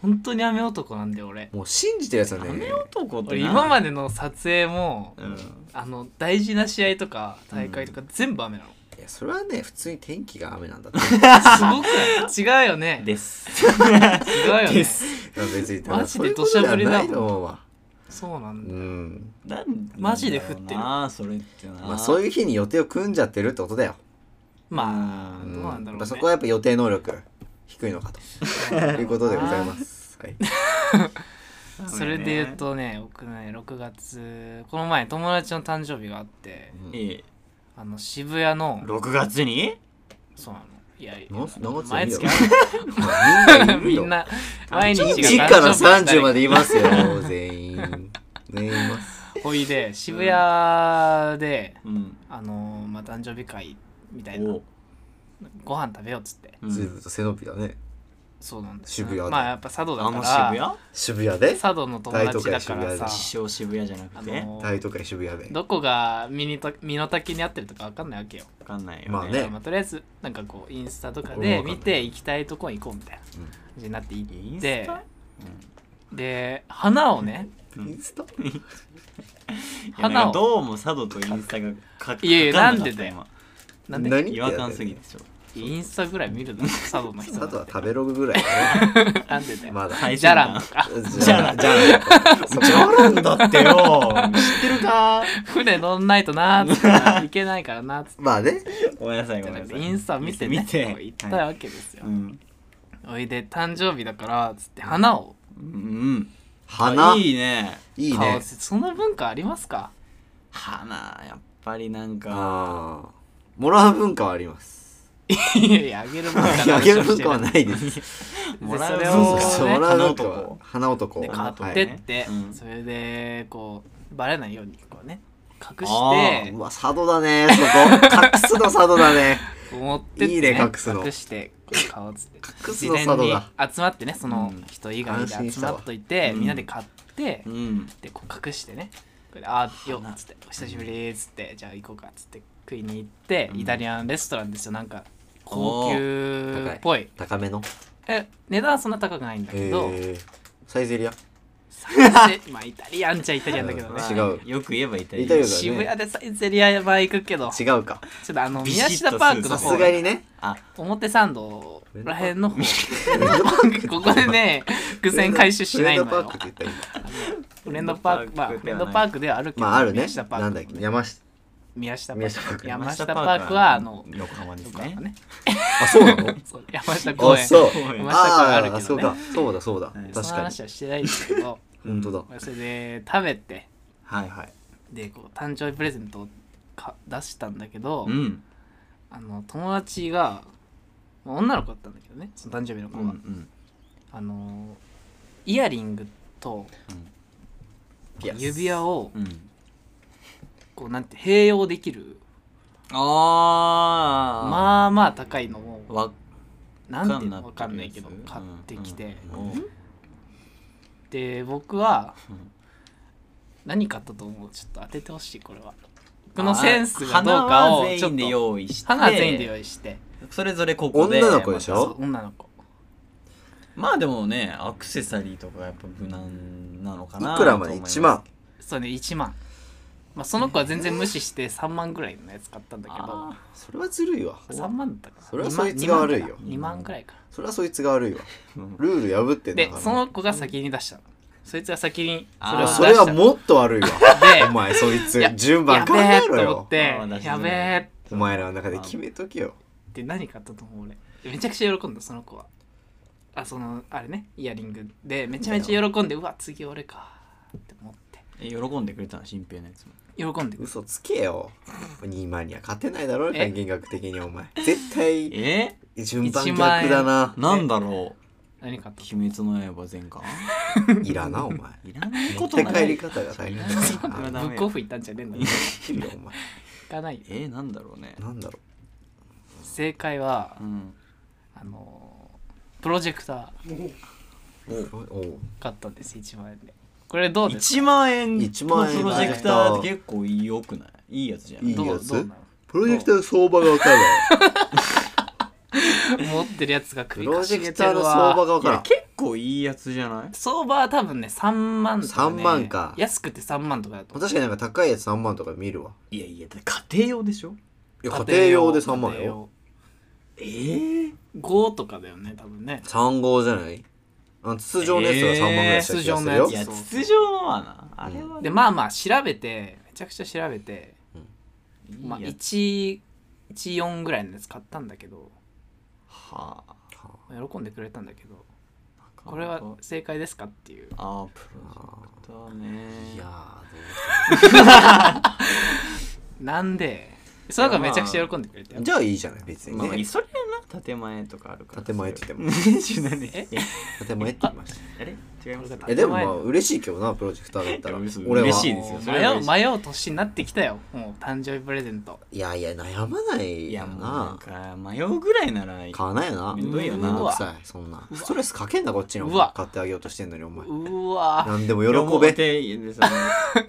B: 本当に雨男なんで俺。
A: もう信じてるやつはね
C: 雨男って
B: 俺
C: な
B: 今までの撮影も、
C: うん
B: あの、大事な試合とか大会とか全部雨なの。
A: いやそれはね普通に天気が雨なんだって
B: すごくない違うよね。
C: です
B: 違うよね
C: で。す
A: 別にただ
B: マジで
A: そういうことじゃ
B: 土砂降りだ
A: ないと思うわ
B: そうな
A: うん
B: だ。
A: ん
C: なん
B: マジで降ってる
C: ああそれってな
A: まあそう
C: う
A: いう日に予定を組んじゃってるってことだよ。
B: ま
C: ま
B: あ、
A: う
B: ど
A: ん
B: うなんだ
A: やっ
B: ろう、
A: ぱ
B: ね。
A: そこはやっぱ予定能力低いのか ということでございます。はい。
C: あ
B: それで言うとね、僕ね、6月、この前友達の誕生日があって、
C: ええ
B: あの渋谷の、
C: 6月に
B: そうなの。いや、
A: なんす長
B: 毎
A: 月
B: 月
A: でいいよ
B: ある
A: まあ
B: のみんな、毎日
A: 1
B: が
A: から
B: 誕生日
A: 30ま
B: で。
A: でいます よ、全員。全員います。
B: ほいで、渋谷で、
C: うん
B: あのーまあ、誕生日会みたいな
C: お、
B: ご飯食べようっつって。
C: う
A: ずい
C: ん
A: ぶんと背伸びだね。
B: そうなんです
A: 渋谷で
B: まあ、やっぱ佐渡だ
C: あ
B: か
C: の渋
B: ら、
C: 谷
A: 渋谷で
B: 佐渡の友達だか
A: 大都
B: ら
A: 会渋谷
B: さ
A: だ、
C: 一生渋谷じゃな
B: あ
C: くて、
B: のー
A: 大都会渋谷で。
B: どこが身にと身の丈に合ってるとかわかんないわけよ。
C: わかんないよね。
A: まあね
B: まあ、とりあえずなんかこうインスタとか
A: 俺もわ
B: で
A: かんない
B: 見て行きたいとこ行こうみたいな
A: うん
B: 感じになって行
C: イン
B: っ
C: ス
B: て
C: タ、
B: で花をね
A: インスタ
B: 花
C: 花
B: を
C: をどうも佐渡とインスタがか
B: いやいや
C: かか
B: な
C: かった
B: んでだよなんで
A: 何
C: 今違和感すぎでしょ。
B: インスタぐらい見るの佐渡の人
A: あと
B: な
A: は
B: んて
A: 食べログぐらい だね。
B: なんでだよ、
A: まだ。
C: 最
B: じゃらんとか
A: じゃら、じゃら。そこ
C: じゃらんだってよ。知ってるか。
B: 船乗んないとなーっつって行けないからなーっつっ
A: まあね。
C: ごめんなさ
B: て
C: いごめ
B: な
C: んなんさ
B: か
C: い。
B: インスタ見てね
C: 見て
B: こう行った
C: はい
B: わけですよ、
C: うん
B: おいで誕生日だからっつって花を
C: うん。
A: 花。
C: あ
A: い
C: いいね。
A: い
B: 買おうっ
A: ね
B: つっ。てその文化ありますか
C: 花やっぱりなんか
A: ああもらう文化はあり ます
B: いやいやあげる文化の話 を
A: あ
B: して
A: げ
B: る
A: る文化はない です
B: で
C: もら
B: そ
C: う
B: れ
C: 文化
B: を
C: は
A: そう
B: ね
A: もらう文化
C: 花
A: は
C: 男
A: 花男
B: で買
C: 花男
A: は
B: っ
A: い
B: てって、
C: うん
B: それでこうバレないようにこうね隠
C: あ
B: して
A: うわ佐渡だねそこ隠すの佐渡だ ね
B: 持ってって、
A: いいね隠すの
B: して顔つって
A: 隠すの
B: 事前
A: 佐渡
B: に
A: だ
B: 集まってねその
C: うん
B: 人以外
A: 安心
B: で
A: し
B: 集
A: たわ
B: まっといて、
C: うん
B: みんなで買って、
C: うん
B: でこう隠してねこれあーよっつって「お久しぶり」っつって「じゃあ行こうか」っつって食いに行って、
C: うん
B: イタリアンレストランですよなんか高級っぽい
A: 高めの
B: え値段はそんな高くないんだけど、
A: えーサイゼリア
B: サイゼまあイタリアン ちゃイタリアンだけどね
A: 違う
C: よく言えばイタリ
A: イタ
C: ア
A: リア
C: ン
A: ン
B: 渋谷でサイゼリアは行くけど、
A: 違
B: ちょ
A: うか
B: っとあの、
C: ビシッ
B: 宮下
C: と
B: パークの
A: さ
B: 方
A: す、がにね
C: あ
B: 表参道らへんの方、ここでね、
A: 苦
B: 伏線回収しないの
A: パー
B: よ
A: クっ。て言った今
B: フレンドパーク、まあ、フレンドパークではあるけど、
A: まああるね
B: 宮下パ
A: な
B: ーク
A: ん
B: も
A: だっ
B: ね。
A: け山下
B: 宮下パ
A: 宮下パー
B: ー
A: ク
B: ク。山下パークは、あの、
C: 横浜です
B: 横浜
C: ね
B: ね
A: あそうなの
B: そう山下公
A: あ
B: 園。
A: そう
C: 公園
B: 山下公園あ
A: あ
B: る
A: あ
B: けど
A: そう
B: ね。
A: かそうだそうだ
C: うん
A: 確
B: その
A: かに
B: 話はしてないんですけど、
A: 本当だ
B: まあそれで食べて、
C: はいはい
B: で、こう、誕生日プレゼントをか出したんだけど、
C: うん
B: あの友達が、まあ女の子だったんだけどねその誕生日の
C: う
B: 子
C: んう
B: が、
C: ん
B: あのイヤリングと
A: ピアス
B: 指輪を
C: うん
B: こうなんて併用できる
C: あ
B: まあまあ高いのを
C: あわ
B: なんていうのわ
C: か
B: か
C: ん
B: ん
C: な
B: ないいけど
C: やつ
B: 買ってきて、
C: うんうん
B: で僕は
C: うん
B: 何買ったと思うちょっと当ててほしいこれは僕のセンスがどうか
C: 花は
B: をち
C: 全
B: ょっ
C: 員で
B: と
C: 用意して
B: 花は全員で用意して
C: それぞれここで
A: 女の子でしょ
B: そう女の子
C: まあでもねアクセサリーとかがやっぱ無難なのかないい
A: くらまで1万
B: そうね1万まあその子は全然無視して3万ぐらいのやつ買ったんだけど
A: それはずるいわ
B: 3万だったかな
A: それはそいつが悪いよ
B: 2万ぐらいか
A: それはそいつが悪いわルール破ってんだ
B: で
A: から
B: その子が先に出したのそいつが先にそれを
C: あ
B: 出
A: あ
B: し
A: そ
B: た
A: れはもっと悪いわ
B: で
A: お前そいつ
B: いや
A: 順番
B: や
A: 考
B: べえ
A: えろ
B: と思っ
A: よ
B: て
C: あー出して
B: や
C: ない
B: べえ
A: お前らの中で決めとけよ
B: って何買ったと思う俺めちゃくちゃ喜んだその子はあそのあれねイヤリングでめちゃめちゃ喜んでうわ次俺かって思って
C: え喜んでくれたの新平のやつも
B: 喜んで
A: 嘘つけよ2万には勝てないだろ
B: え
A: 人間学的にお前絶対
C: え
A: 順番逆だな
C: なんだろ
B: 何買っ
C: う
B: た
C: 「鬼滅の刃」全巻
A: いらなお前
C: いらない
A: 持
C: こ
A: っ
C: と
A: て
C: な
A: 帰
C: い
A: り方が大変だ
C: そんなこ
A: な
C: とな
B: ブックオフ行ったんじゃねえんだよ
A: いよお前
B: 行かないよ
C: えなんだろうね
A: なんだろ
B: 正解は
C: うん
B: あのープロジェクター
A: うおう
B: 買ったんです1万円でこれどうです
C: 1万円
A: 1万円
C: のプロジェクターって結構良くないいいやつじゃん
A: いい
B: ど
A: や
B: うどう
A: つ
B: な
A: プロジェクターの相場が分からない
B: の 持ってるやつが
A: プ
B: 首
A: ロ
B: か
A: ジ
B: し
A: ェ
B: げ
A: ク
B: て
A: ター
B: る
A: の
B: わ
A: 相場が分
C: い
A: から
C: や
A: ん
C: 結構いいやつじゃない
B: 相場は多分ね3万とか、ね、
A: 3万か
B: 安くて3万とかだと思う
A: 確かになんか高いやつ3万とか見るわ
C: いやいや家庭用でしょ
A: いや家庭用で3万
B: 家庭
A: よ
B: 用
C: ええ
B: 5とかだよね多分ね
A: 3号じゃないあの筒状のやつが3万ぐらいした気がするよ
B: えー筒状のや
C: いや
B: つ
C: 筒状のはなあれは
B: でまあまあ調べてめちゃくちゃ調べて、
C: いい
B: まあ、
C: やつ
B: 114ぐらいのやつ買ったんだけど
C: はあ
B: 喜んでくれたんだけど
C: なかなか
B: これは正解ですかっていう
C: あープロジェクターね
A: いや
B: なんでその子がめちゃくちゃ喜んでくれて
A: ーじゃあいいじゃない別に
C: まあ、
A: ね
C: それな建前とかあるから
A: 建前って言っても
C: ても何
B: え
C: え
A: 建前って言いました
C: あれ違います
B: 俺が
A: えでもまあ嬉しいけどなプロジェクターだったら
C: いや嘘
A: 俺は
C: 嬉しいですよそれは
B: 迷
C: 嬉
B: う
C: しい
B: 迷う年になってきたよもう誕生日プレゼント
A: いやいや悩まない
C: い
A: や
C: やもうなん
A: な
C: か迷うぐらいならいい
A: 買わないよな
C: めんどいよな
A: めんどくさいそんなストレスかけんなこっちに
B: うわ
A: 買ってあげようとしてんのにお前
B: うわ
A: 何でも
C: いやも
A: 喜
C: う
A: べ
C: 手入れてその
B: ー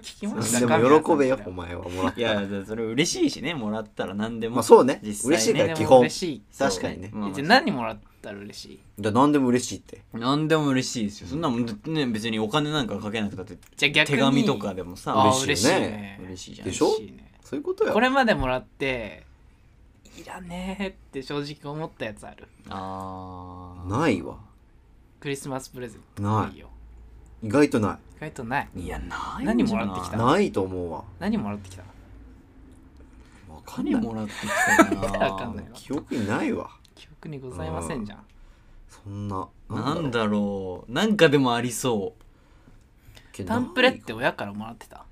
B: 聞きました
A: 何で
B: 神谷さん
A: も喜べよお前はもらった
C: い
A: ら
C: やだからそれ嬉しいしねもらったら何でも、
A: まあそうね
C: 実際
A: 嬉しい
C: ね
A: から基
B: でも
A: 本
B: 嬉しい
A: 確かにね
C: そうまあまあ
B: じゃあ何もらったら嬉しい
A: じゃあ何でも嬉しいって
C: 何でも嬉しいですよそんなもんね別にお金なんかかけなくたって
B: じゃあ逆に
C: 手紙とかでも
B: あ
C: さ
B: ー
A: 嬉
B: 嬉
A: し
B: し
A: い
B: い
A: よ
B: ね
A: ね
C: 嬉しいじゃん
A: でしょ
B: 嬉いね
A: そういうことよ
B: これまでもらっていらねえって正直思ったやつある
C: あー
A: ないわ
B: クリスマスプレゼント
A: ない
B: よ
A: 意外とな
B: 意外とない
C: いやない
B: 何
C: んじゃ
B: も
C: な
B: ら
C: い
B: ってき
A: い
B: た
A: ないと思うわ
B: 何もらってきた
A: わかん
C: 何
A: ない
C: もらってきたかな
B: わかんない
A: 記憶にないわ
B: 記憶にございませんじゃん
A: そんな
C: なん
A: ろ
C: だろうなんかでもありそう
A: うけど
B: タンプレって親からもらってた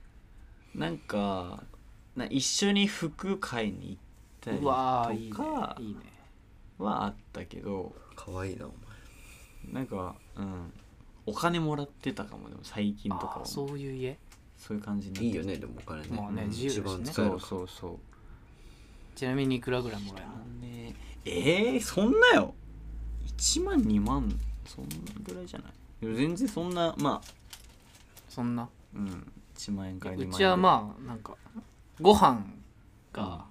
C: なんかな一緒に服買いに行
B: うわ
C: った
B: ー
C: り
B: いい
C: と
B: ね
C: か
B: いいね
C: はあったけど
A: かわいいなお前
C: なんか、うん、お金もらってたかもでも最近とか
B: あー
C: はそ
B: そういう家
C: ういう感じになって
A: いいよねでもお金ね,、
B: まあね
A: うん
B: 自由だし
A: 一
B: ね
A: 番使え
C: そ
A: る
C: う
A: か
C: そうそう
B: ちなみにいくらぐらいもらえるの
C: ねえー、そんなよ1万2万そんぐらいじゃないでも全然そんなまあ
B: そんな
C: うん1万円から2万
B: う
C: 円
B: ちはまあなんかご飯が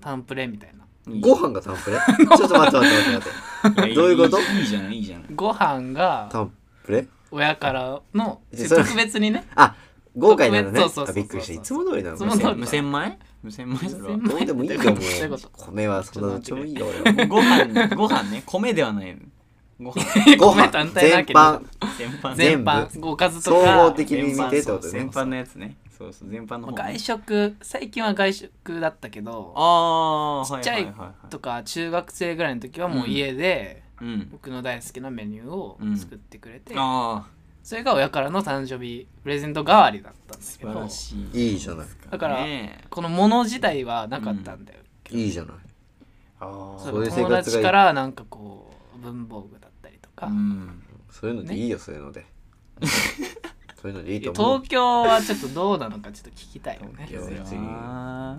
B: タンプレみたいな
C: あ
A: ご飯がタン プレちょっと待って待って待って待ってどういうこと
C: いいじゃないいいじゃない
B: ご飯
A: タ
B: が
A: ンプレ
B: 親からの
A: えそれ
B: 特別にね
A: あ豪快なのね
B: そうそうそうそう
A: あびっくりしたいつも通りなの
B: いつも通り
C: 無洗米無洗米それは
B: 無洗米
A: どうでもいいよ
B: ど
A: も
B: ういう
A: う
B: こと
A: 米はそんなどっちもいいよ俺は
C: ご飯ご飯ね米ではないのご飯
A: ご
B: 米
A: 飯
B: 単体なわ
A: 全
B: けね
A: 般
C: 全般
A: 全
B: 全般おかずと
A: 総
B: か
A: 合的に見てってこと
C: 全
A: ね
C: 般のやつねそうそう全般の
B: まあ
C: 方
B: 外食最近は外食だったけど
C: ああ
B: ちっちゃい
C: はいはいはいはい
B: とか中学生ぐらいの時はもう家で
C: うん
B: 僕の大好きなメニューを作ってくれて、
C: ああ
B: それが親からの誕生日プレゼント代わりだったんだ
C: 素
B: け
C: 晴ら
B: ど
C: しい
A: いいじゃない
B: だから
C: ねえ
B: このもの自体はなかったんだよ、
A: いいじゃない
C: あ
B: そ
A: ー
B: う
A: そういう生活
B: 友
A: がいい
B: 達からなんかこう文房具だったりとか、
C: うん
A: そういうのでいいよそういうの でそういうのでいい
B: い
A: と
B: や
A: 思う
B: 東京はちょっとどうなのかちょっと聞きたいよね
A: いや別に
C: あ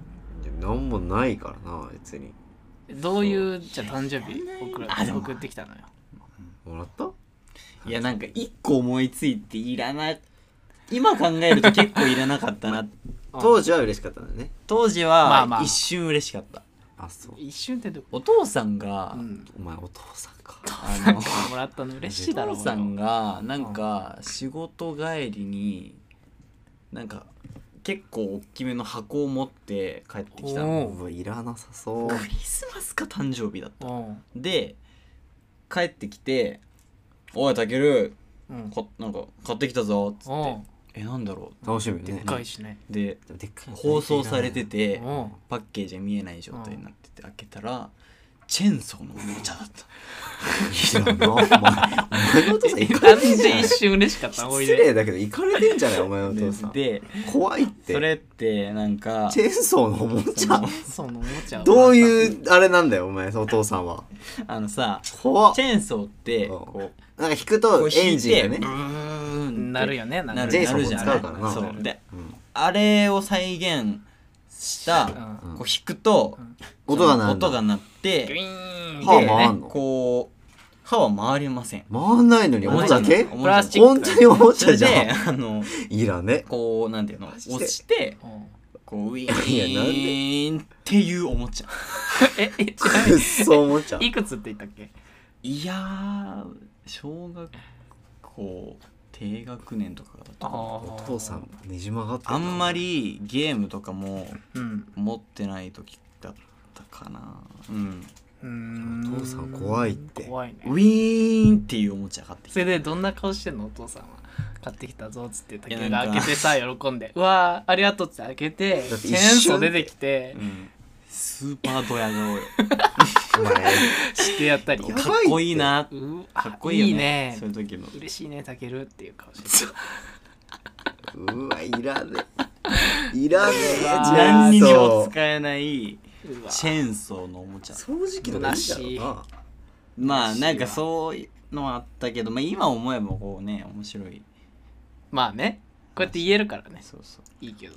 A: なんもないからな別に
B: どういうじゃあ誕生日送
C: あで
B: ら
C: も
B: 送ってきたのよ
A: もらった
C: ーいやなんか一個思いついていらない今考えると結構いらなかったな
A: 当時は嬉しかったんだよね
C: 当時
B: まあま
C: は
B: あ
C: 一瞬嬉しかった
A: あそう
B: 一瞬ってどこ、
C: お父さんが
B: うん、
A: お前お父さんか
C: あ の
B: もらったの嬉しいだろ
C: お
B: う
C: 父さんがなんか仕事帰りになんか結構大きめの箱を持って帰ってきたの
B: お
A: うわいらなさそう
C: クリスマスか誕生日だった
B: お
C: で帰ってきて「おいたける
B: うん
C: かなんか買ってきたぞ」っつっ
B: お
C: て「えなんだろ
A: 楽しみよね
B: でっかいしね
C: う?」で
A: でもでっかいの
C: 包装されてて
B: お
C: パッケージが見えない状態になってて開けたらチェーンソーのおもちゃだった
A: いらなお前お前のお父さんいか
B: なん
A: れてんじゃ
B: で
A: な い
B: 一瞬嬉しかった思い
A: 失
B: 出
A: 礼だけどいかれてんじゃないお前のお父さん
C: で
A: 怖いって
C: それってなんか
A: チェーンソーのおもちゃ
C: その
B: そのおもちゃを
A: どういうあれなんだよお前お父さんは
C: あのさ
A: 怖っ
C: チェーンソーって
A: うん
C: こう
A: なんか引く
C: ことう
A: エ
C: 引
A: ン
C: い
A: ジ
C: て
A: ンが
C: ブ
A: ね
C: ーンって
B: なるよねなんか
C: なる
A: ジェイソ
C: な
A: ンも
C: るじゃな
A: 使
C: いう
A: からな
C: そうで
A: うん
C: あれを再現した
B: うん
C: こう弾くと
B: うん
A: 音が鳴るんだ
C: 音が鳴っ
B: グイ
C: て
B: ーン
A: 歯は
C: で
A: 回んの
C: こう歯は回りません
A: 回んないのにおもちゃだけ
C: おもちゃ
B: プラスチック
A: 本当におも
C: そ
A: ちゃ
C: れ
A: じ
C: で
A: ゃん
C: あの
A: いらね
C: こうなんていうの
A: マジで
C: 押して
B: うん
C: こうウィ
A: いやなんで
C: ーンっていうおもちゃ
B: ええちなみ
A: くっそおもちゃ
B: にいくつって言ったっけ
C: いやー小学校低学年とかだったかな
A: お父さんねじ曲がってんな
C: あんまりゲームとかも
B: うん
C: 持ってない時だったかなうん
B: うーん
A: お父さん怖いって
B: 怖いね
C: ウィーンっていうおもちゃ買ってき
B: それでどんな顔してんのお父さんは買ってきたぞっつって
C: いや
B: 竹が
C: なん
B: 開
C: か
B: けてさ喜んでうわーありがとうっつって開けてチ
A: だって
B: ェー
A: 一
B: ンソー
A: 瞬
B: 出てきて
C: た、うん、スーパードヤ顔よ
A: お前
B: してやったり
A: や
C: かっ
A: ばいって
C: こいいな
B: う
C: か
B: わ
C: っこいいよね
B: いいね
C: そういう時の
B: 嬉しいねたけるっていう顔してる
A: うわいらねいらねえ
B: うわ
A: チェー
C: 何
A: ン
C: にも
A: ソ
C: 使えない
B: わ
C: チェーンソーのおもちゃ
A: ー掃除機とかいいだろうな
C: まあ
B: 嬉しい
C: な
B: わ
C: んかそういうのはあったけど、まあ、今思えばこうね面白い
B: まあねこうやって言えるからね
C: そうそう
B: いいけど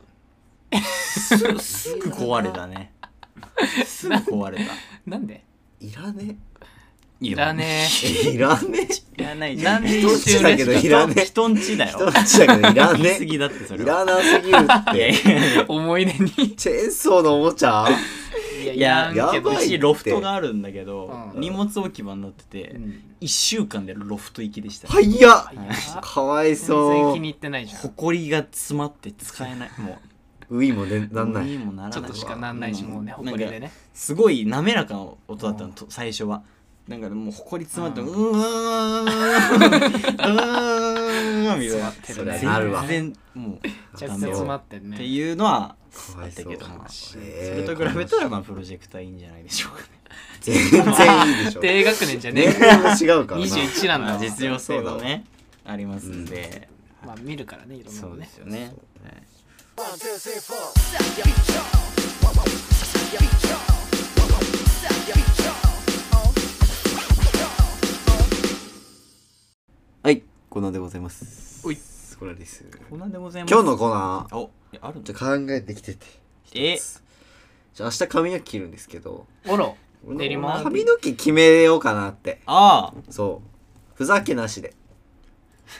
C: すすぐ壊れたねすぐ壊れた
B: なんで
A: いらね
C: い
B: いらね
A: えいらね
C: いらない
B: え
C: じゃ
B: なんんで
A: 人ん
B: 一
A: ち
B: 瞬
A: だ
B: 嬉
A: けど
B: しかっ
A: いらねえ
C: 人んちだよ
A: 人んちだけどいら
C: 言い
A: ね
C: 過ぎだってそ
A: え
C: れ
A: い
C: は
A: らなすぎるっ
C: いやい
A: て
C: やいや
B: た思い出に
A: チェーンソーのおもちゃ
B: いや
C: いや
B: いらんけ
A: やばいっ
B: ど
C: う
A: て
C: ちロフトがあるんだけど、
B: うん
C: 荷物置き場になってて、
B: うん
C: 1週間でロフト行きでした、
A: はいや
B: いや
A: かわい
B: 全然
A: そ
B: 気に入ってないじゃん
C: ほこりが詰まって使 えないも
A: うウィもね
C: う
A: なんない
C: にもな
B: ち
C: らない
B: ょっとしかなんないしもうねほこりで
C: なんか
B: ね
C: すごい滑らかな音だったの、と最初はなんかもうほこり詰まってうーん うーんみたいな
B: そ
A: れはなるわ
C: 全然もう
B: ちょ
C: ダ
B: っと
C: メよ
B: 詰ま
C: っ
B: ってんね
C: ていうのは
A: かわいそう
C: だけどまあそ
A: え
C: れ
A: ー
C: と比べたらまあプロジェクターいいんじゃないでしょうかね
A: 全然いいで しょ
B: 低学年じゃねえ
A: 年
B: か
A: 齢も違うからな
B: 21なん
C: ま
B: だ
C: あ実
B: 実
C: 用性もねありますんで、
B: まあ見るからねいろんな
C: そ
B: の
C: うで
B: ね
C: すよね、はい
A: はいコーナーでございます
B: おい
A: コーナーです
C: こんなんでございます
A: 今日のコーナー
C: おいやあるん
A: ち
C: だ
A: ょっと考えてきてて
C: え
A: じゃあ明日髪の毛切るんですけど
B: あら
A: 俺の
B: 練馬
A: 髪の毛決めようかなって
C: ああ
A: そうふざけなしで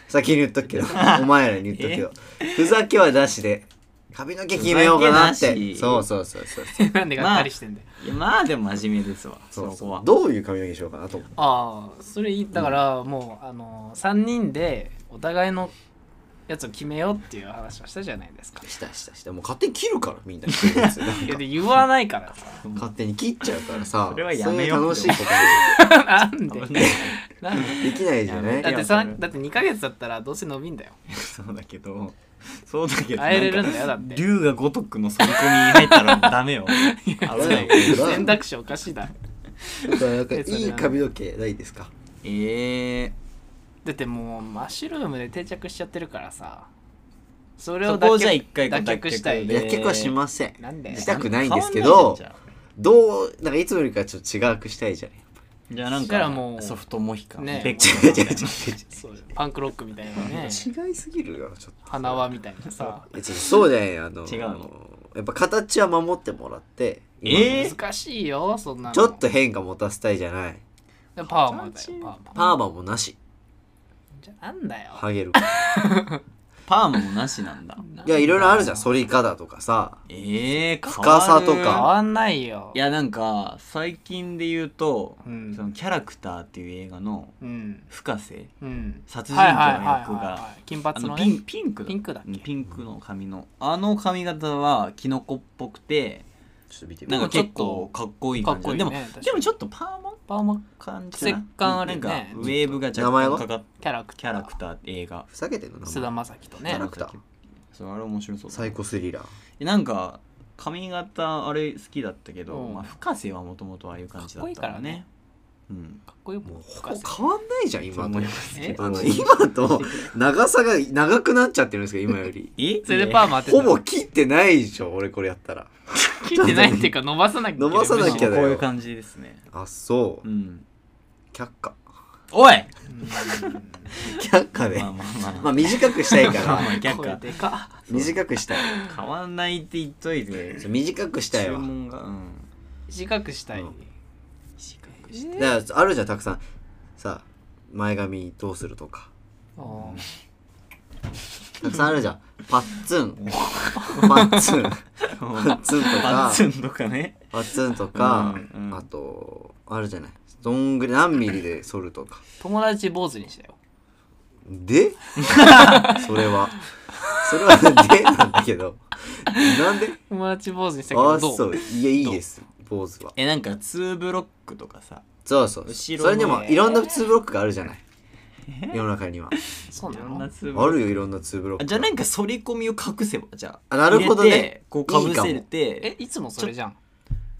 A: 先に言っとくけどお前らに言っとくけどふざけはなしで髪の毛決めようかなっ
C: ふざけ
A: て
C: なし
A: そうそうそうそう
B: なんでがっかりしてんだよ、
C: いやまあでも真面目ですわそ
A: そう
C: こ
A: そう
C: は
A: どういう髪の毛にしようかなと思う
B: ああそれいいだからもう、あの3人でお互いのやつを決めようっていう話をしたじゃないですか
A: したしたしたもう勝手に切るからみんな切るやつなん
B: いや
A: か
B: で言わないから さ
A: 勝手に切っちゃうからさ
C: それはやめよう
A: そういう楽しいこ
B: なんでなんで
A: とできないじゃない
B: だっ
C: やめ
B: て
C: よ
B: さ
C: それ
B: だって2ヶ月だったらどうせ伸びんだよ
C: そうだけどそうだけど
B: 会えれるんだ
C: なんか
B: よだって
C: 竜が如くの反り込み入ったらもうダ メよ危ない
B: 選択肢おかしいだろ
A: だからなんかいい髪の毛ないですか
C: ええ
B: だってもうマッシュルームで定着しちゃってるからさそれを
C: そ
B: 脱
C: こを
B: 却
C: じゃあ一回こう
B: 脱却したい
C: 脱却で
A: や結構はしません
B: なんで
A: したくないんですけ
C: 変わ
A: ど
C: んないじゃん
A: どうなんかいつもよりかちょっと違うくしたいじゃない
C: じゃあなん
B: したら
C: か
B: もう
C: ソフトモヒカン
B: ね
C: ペッ
A: 違う違う
C: コ
A: 違
B: そうよパンクロックみたいなね
A: う違う違いすぎるよちょっと
B: 花輪みたいなさ
A: えちょっとそうじゃないあの
C: 違うの
A: やっぱ形は守ってもらって
C: えー
B: 難しいよそんなの
A: ちょっと変化持たせたいじゃない
B: でパーマだよパーマ
A: パーマもなし
B: じゃあなんだよ
A: ハゲるから
C: パーマもなしなんだ
A: いやいろいろあるじゃん反り方とかさ
C: ええー、変わ
A: 深
C: る
A: さと
B: 変
A: か
B: わんないよ
C: いやなんか最近で言うと、
B: うん
C: そのキャラクターっていう映画の
B: うん
C: 深瀬
B: うん
C: 殺人鬼の役が
B: はいはいはいはいはい金
C: あ
B: 髪
C: の
B: の
C: ピ
B: ね
C: ンピンクだ
B: ピンクだっけ
C: うんピンクの髪のあの髪型はキノコっぽくて
A: ちょっと見てみ
C: なん
A: よ
C: か
A: う
C: 結構かっこいい感じ
B: かっこいい
C: でも
B: ね確かに
C: でもちょっとパーマ
B: パーマ
C: 感じじゃない
B: 節感あるよね
C: なんかウェーブが
A: 名前
C: 若
A: は
C: 干かかっ
B: キャラク
C: キ
B: ター
C: ャラクターって映画
A: ふざけてんの名前
B: 菅田将暉とね
A: ャラクター
C: そうあれ面白そうだ
A: サイコスリラー
C: えなんか髪型あれ好きだったけど、
B: うん
C: まあ、深瀬はもともとああいう感じだった
B: かっこいいからね
C: うん
B: かっこいいも
A: もうんほぼ変わんないじゃん今
C: そう思
A: と
C: います
B: けど
A: あの今と長さが長くなっちゃってるんですけど今より
C: え
B: それでパーマ当てた
A: ほぼ切ってないでしょ俺これやったら
B: 切ってないっていうか伸ばさなきゃいけい
A: 伸ばさな
C: まあ
A: きゃだよ
C: こういう感じですね
A: あそう
C: うん
A: 却下
C: おい
A: 却下で
C: まあまあま
A: ま
C: あ
A: あ短くしたいか
C: まあまあ
A: ら
C: 逆
B: 声
C: か
B: でか
A: 短くしたい
C: 変わんないって言っといて
A: そう短くしたい
C: 注
A: わ
C: 文がうん
B: 短くしたい、
A: うん
C: 短く
A: だからあるじゃんたくさんさ前髪どうするとか
B: おー
A: たくさんあるじゃんパッツンパッツンパッツンと
C: バ
A: か
C: ッツンとかね
A: パッツンとか
C: うんうん
A: あとあるじゃないどんぐらい何ミリで剃るとか
B: 友達坊主にしたよ
A: でそれはそれはでなんだけどなんで
B: 友達坊主にしたけ
A: あ
B: ど
A: あ
B: ど
A: そうういやいいです坊主は
C: えなんかツーブロックとかさ
A: そうそう
C: 後ろ
A: それに
C: の
A: も
C: ね
A: いろんなツーブロックがあるじゃ ない世の中には
B: そう
C: い
B: な
C: ろ
B: の
C: んなツーブロ
A: あ
C: ック
A: るよいろんなツーブロック
C: あ
A: が
C: じゃあなんか反り込みを隠せばじゃあ
A: あなるほどね
C: 入れてこうかぶせて
B: えいつもそれじゃん
A: い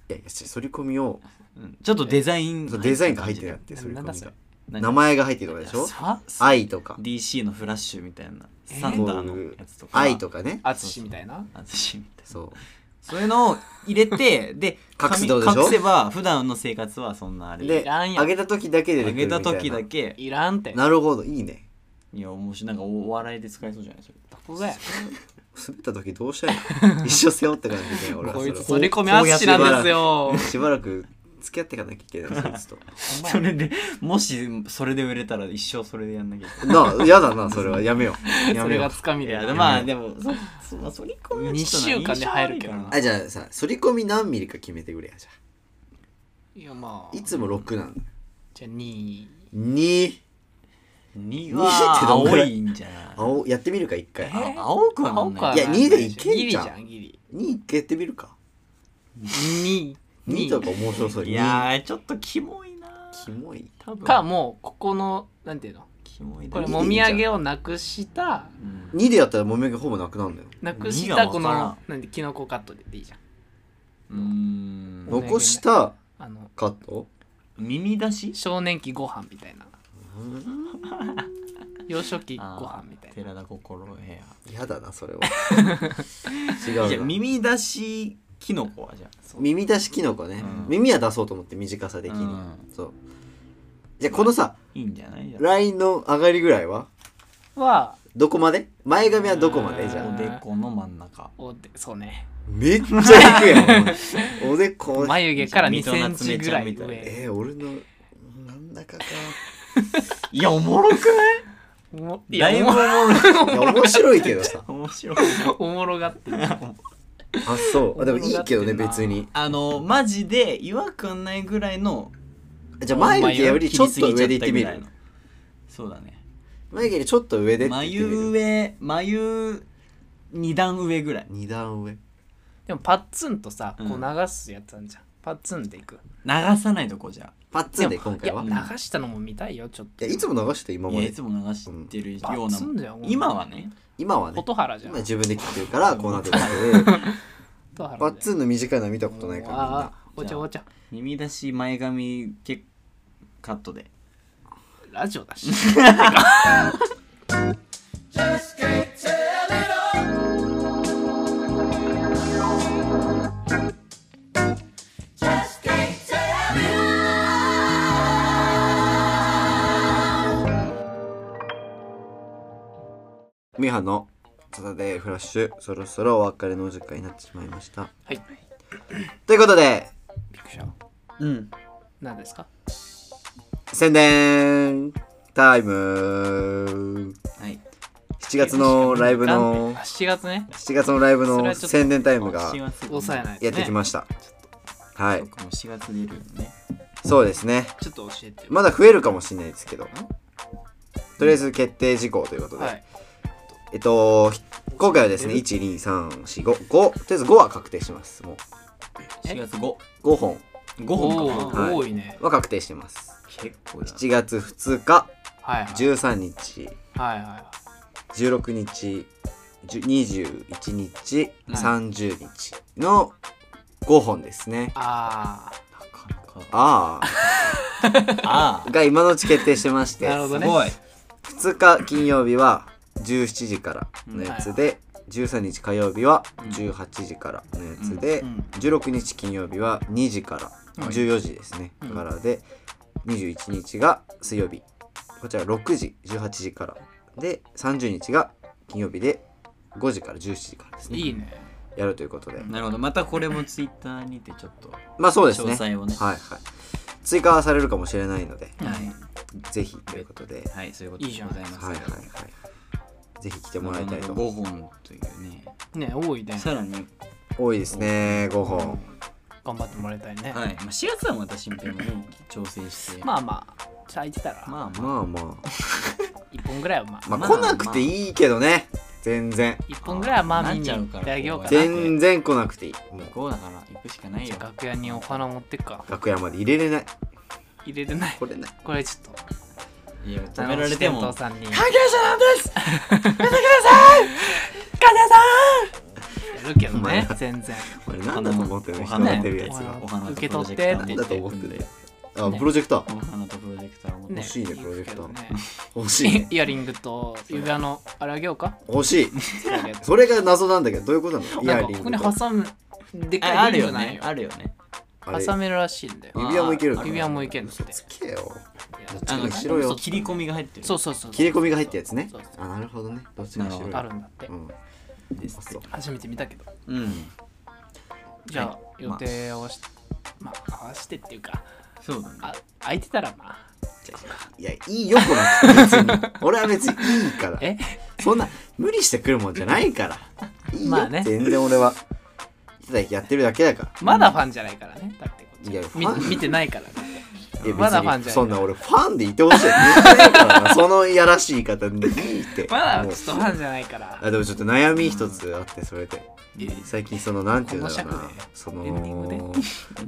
A: やいや反り込みを
C: うんちょっとデザイン
A: そうデザインが入ってるやって
B: な
A: 反り
B: なん
A: 込
B: だ
A: み
B: それ
A: が
C: なんか
A: 名前が入ってるとかでしょ
B: さ
A: 愛とか
C: DC のフラッシュみたいなサンダーのやつとか
A: 愛とかね
B: あつしみたいな
C: あずしみたいな
A: そう
C: そういうのを入れてで
A: 隠すどうでしょ
C: 髪隠せば普段の生活はそんなあれ
A: で
B: いらんやん
A: 上げた時だけで
C: 上げた時だ
A: け
C: け
B: いらんて
A: なるほどいいね
C: いや面白いなんかお笑いで使えそうじゃな いそれ
B: どこがや
A: 滑った時どうしたい の一生背負ってかなきゃいけない俺は
B: こいつ
A: そ
B: 反
A: れ
B: り込みあつしなんですよ
A: をしばらく付き合ってかなきゃいけないそいつと
C: それでもしそれで売れたら一生それでやんなきゃいけ
A: なあ嫌だなそれはやめようや
B: そ
A: め
B: れ
A: よ
B: が
A: う
B: つかみ
C: ないい
B: で
C: やまあでもそそまあ反り込みはちょっとな
B: 二週間で入るけどな
C: 印象悪いから
A: あじゃあさ反り込み何ミリか決めてくれやじゃ
B: いやま
A: あ
B: あ
A: いつも6なんだ
B: じゃあ2
A: 2
C: に
A: 二ってどん
C: 青
A: ぐらい
C: いんじゃない
A: 青やってみるか一回
C: あ
A: あ
C: 青くはな
B: 青
C: ん
B: く
C: な
B: はい
A: いや二でいけんじゃん
B: ギリじゃんギリ
A: 2一回やってみるか
B: 2
A: 2とか面白そう
C: い
A: 二
C: やーちょっとキモいな
A: キモい
C: 多分
B: かもうここのなんていうの
C: キモいだ
B: これ
C: ろ
B: もみあげをなくした
C: うん
A: 2でやったらもみあげほぼなくなるんだよ
B: なくし
C: 意味が
B: た
C: わ
B: こ
C: からん
B: のなんでキノコカットでいいじゃん
C: うーん
B: お
A: 残した
B: あの
A: カット
C: 耳出し
B: 少年期ご飯みたいな幼少期ご
C: あ
B: 飯みた
C: ー
B: いな
C: 寺田心平
A: 嫌だなそ れは違
C: じゃ
A: う
C: あ
A: な
C: 耳出しキノコはじゃあ
A: 耳出しキノコね、
C: うん
A: 耳は出そうと思って短さ的に、
C: うん
A: そうじゃあこのさ
C: いいんじゃないじゃあ
A: LINE の上がりぐらいは
B: は
A: どこまで前髪はどこまでじゃ
C: お
A: あ
C: でこの真ん中
B: おでそうね
A: めっちゃいくやんおでこ
B: 眉毛から2
C: 水戸
B: セン
C: 夏
B: チ
C: 目
B: ぐ
C: ちゃ
B: ら
C: ん
B: い
C: みたいな
B: 上
A: えー、俺のなんだ かか
C: いやおもろくない
B: もいや
C: だいぶお
B: お
C: も
B: も
C: ろ
A: い
C: い
A: や面白いけどさ
C: 面白い
B: おもろが って る
A: あそうあでもいいけどね
B: おもろがって
A: 別
B: んな
A: に
C: あのマジで違和感ないぐらいの
A: じゃあ眉毛よりちょっと上でいってみ
C: 切りすぎちゃったぐらい
A: る
C: のそうだね
A: 眉毛よりちょっと上でって言ってみ
C: 眉
A: る
C: 上眉二段上ぐらい
A: 二段上
B: でもパッツンとさこう
C: うん
B: 流すやつあんじゃんパッツンでいく
C: 流さないとこじゃ
A: パッツンで
B: も
A: 今回はいい
B: や流したのも見たいよちょっと
A: やいつも流して今
C: い
A: ま
C: やい
A: で
C: つも流してるよう
B: パ
C: な
B: ッツンだよ
C: 今はね
A: 今はね
B: 蛍原じゃん
A: 今自分で切ってるからこうなってるけ ど
B: パ
A: パッツ
B: ン
A: ンの短いのは見たことないからみんな
B: お茶お茶
C: 耳出し前髪結構カットで
B: ラジオだし
A: ミハのサタデーフラッシュそろそろお別れのお時間になってしまいました
B: はい
A: ということで
B: びっくりした
C: うん
B: 何ですか
A: 宣伝タイム
C: はい
A: 7月のライブの
B: あ7月ね
A: 7月のライブ
B: それ
A: の
B: はちょっと
A: 宣伝タイムが
C: 4月
B: 抑えないと
A: やってき
B: ね
A: ましたは
C: そ
A: いう
C: かもう4月出るよね
A: そうですね
B: ちょっと教えて
A: まだ増えるかもしれないですけどとりあえず決定事項ということで、
B: はい
A: えっとひ今回はですね12345とりあえず5は確定してますも
B: え
C: 4月5
A: う5本
C: 5
B: お
C: 本か
B: ー
A: はい
B: 多いね
A: は確定してます
C: 結構だ
A: 7月2日
B: はいはい
A: 13日
B: はいは
A: 16日10 21日
C: うん
A: 30日の5本ですね
B: いあ
C: なかなか
A: あ
C: あ
A: あが今のうち決定してまし
B: あ
A: て
B: なるほ
C: あ
B: ど
C: す
B: ね
C: ごい
A: 2日金曜日は17時からのやつで、13日火曜日は18時からのやつで、
C: うんうん
A: 16日金曜日は2時から
C: はい
A: 14時ですね、
B: うん
A: からで21日が水曜日こちら6時18時からで30日が金曜日で5時から17時からですね
B: いいね
A: やるということで、
C: なるほどまたこれもツイッターにてちょっと
A: まあそうですね
C: 詳細をね
A: はいはい追加はされるかもしれないので、
C: はい
A: ぜひということで、
C: はいそういうこと
B: いいじ
C: で
B: ゃ
C: ご
B: ない
C: ざい
B: で
C: ますす
A: はいはいはいぜひ来てもらいたいと
C: 5本というね
B: ね多いね
C: さらに
A: 多いですね5本
B: 頑張ってもらいたいね
C: はい、まあ、4月はまた新編もね調整して
B: まあまあ空いてたら
C: まあま
A: まあま
B: 1本ぐらいはまあ
A: あま
C: ま
A: あ
C: あ
A: 来なくていいけどね全然
B: 一本ぐらいはまあ見に
C: なっちゃ
B: 行
C: う
B: っ
C: から
B: てあげようかな
C: 全
A: 全然来なくていい
C: あ
A: もう
C: 向こうだから行くしかないよ
B: 楽屋にお花持ってっか
A: 楽屋まで入れれない
B: 入れれない
A: 来れない
B: これちょっ
C: いや
B: と
C: 止められても
B: お父さんに
C: 係者なんです
B: やるけど
A: お前
B: ね全然
A: 俺なんだと思ってるの
C: お
A: 人
C: 花
A: がてるやつが
C: お花と
B: 受け
C: プロ
B: 取
C: ジ
B: っ
C: ェ
A: なん
B: てって言
C: クター
B: っ
A: だと
B: て
A: 思ってるあプロジェクター
C: お花とプロジェクターを持って
B: ね
A: 欲しいね
B: 行
A: プロジェ
B: くけ
A: クタ
B: どね
A: ー欲しい
B: イヤリングと指輪のあれあげようか
A: 欲しい
B: 使えるやつ
A: それが謎なんだけどどういうことなのイ
B: な
A: ヤ
B: ん
A: リ
B: か
A: ン
B: こ
A: グ
B: こに
A: と
B: 挟むでっ
C: あ
B: か
C: あ
B: いリ
C: る
B: ングじゃない
C: よね
B: よ
C: あるよね
A: あれ
B: 挟めるらしいんだよ
A: 指輪もいける
C: あ
A: の
B: 指輪もいけんの
A: 嘘つけよ
B: いや
A: あ
C: あ
A: の
C: の
A: 白いよ
C: そう切り込みが入ってる
B: そうそうそう
A: 切れ込みが入ったやつね
B: そうそう
A: あなるほどねどっちも白い
B: あるんだって
A: うん
C: です
A: あそう
B: 初めて見たけど
C: うん
B: じゃあ
C: は
B: 予定を合わしてまあ合わしてっていうか
C: そうだね
B: あ空いてたらまあ
A: いやいいよこなくて別に 俺は別にいいから
B: え
A: そんな無理してくるもんじゃないから。いいよ、
B: まあね
A: 全然俺は。ただやってるだけだから。
B: まだファンじゃないからねだってこっ
A: いやフ
B: ちみ
A: ァン
B: 見てないからね
A: いや
B: まだファン
A: 別
B: じゃ
A: にそ
B: ない
A: んな俺ファンでいてほしい。言ってないから なそのいやらしい言い方でいいって。
B: まだち
A: も
B: ょ
A: う
B: っとファンじゃないから
A: あでもちょっと悩み一つあってそれで
B: え
A: 最近そのなんていうんだろう
B: この
A: な
B: 尺で
A: そ
B: エンディングで
A: の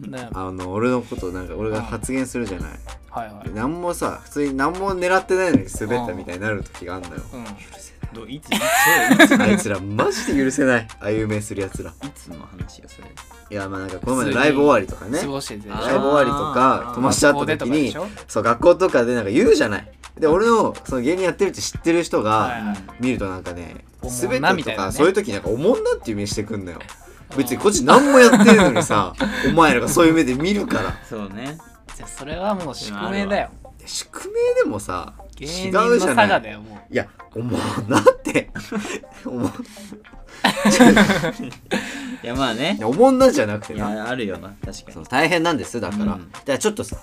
B: ね
A: あの俺のことなんか俺が発言するじゃない
B: はいはい
A: で何もさ普通に何も狙ってないのに滑ったみたいになる時があんだよ
B: うん
C: どうい ついつそ う
A: あいつらマジで許せないああいう目するやつら
C: いつの話よそれ
A: いやまあなんかこの前のライブ終わりとかね
B: 過ごしてて
A: ライブ終わりと
C: あ
A: か
C: ー
A: 飛ばしちゃった
B: 学校でと
A: 時
B: かで
A: に
B: しょ
A: そう学校とかでなんか言うじゃないで俺のその芸人やってるって知ってる人
B: はい
A: が
B: はい
A: 見るとなんかね
B: おもんな
A: 全て
B: みた
A: と
B: いな
A: か
B: ね
A: そういう時なんかおもんなっていう目してくんのよ別にこっち何もやってるのに さお前らがそういう目で見るから
C: そうね
B: じゃあそれはもう宿命だよ
A: 宿命でもさ
B: 芸
A: 違
B: 人
A: う
B: の
A: じゃ
B: 差
A: な
B: がだ
A: い
B: よもう
A: いやおもんなって おもんい
C: いやまあね
A: やおもんなじゃなくて
C: い
A: な
C: やあるよな確かに
A: そ
C: そう
A: 大変なんですだから、
C: うん
A: じゃあちょっとさ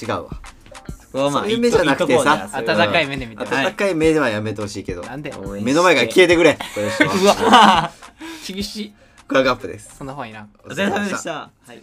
A: 違うわ
C: こはまあ
A: そういう目じゃなくてさ
B: 温
A: う
B: かい目で見て
C: は
A: 温かい目ではやめてほしいけど、
B: なんで
C: 応援
A: 目の前から消えてくれこれでしょ
B: うわ厳しい
A: クラグアップです
B: そんな方がいいな
C: お疲れ様でしたはい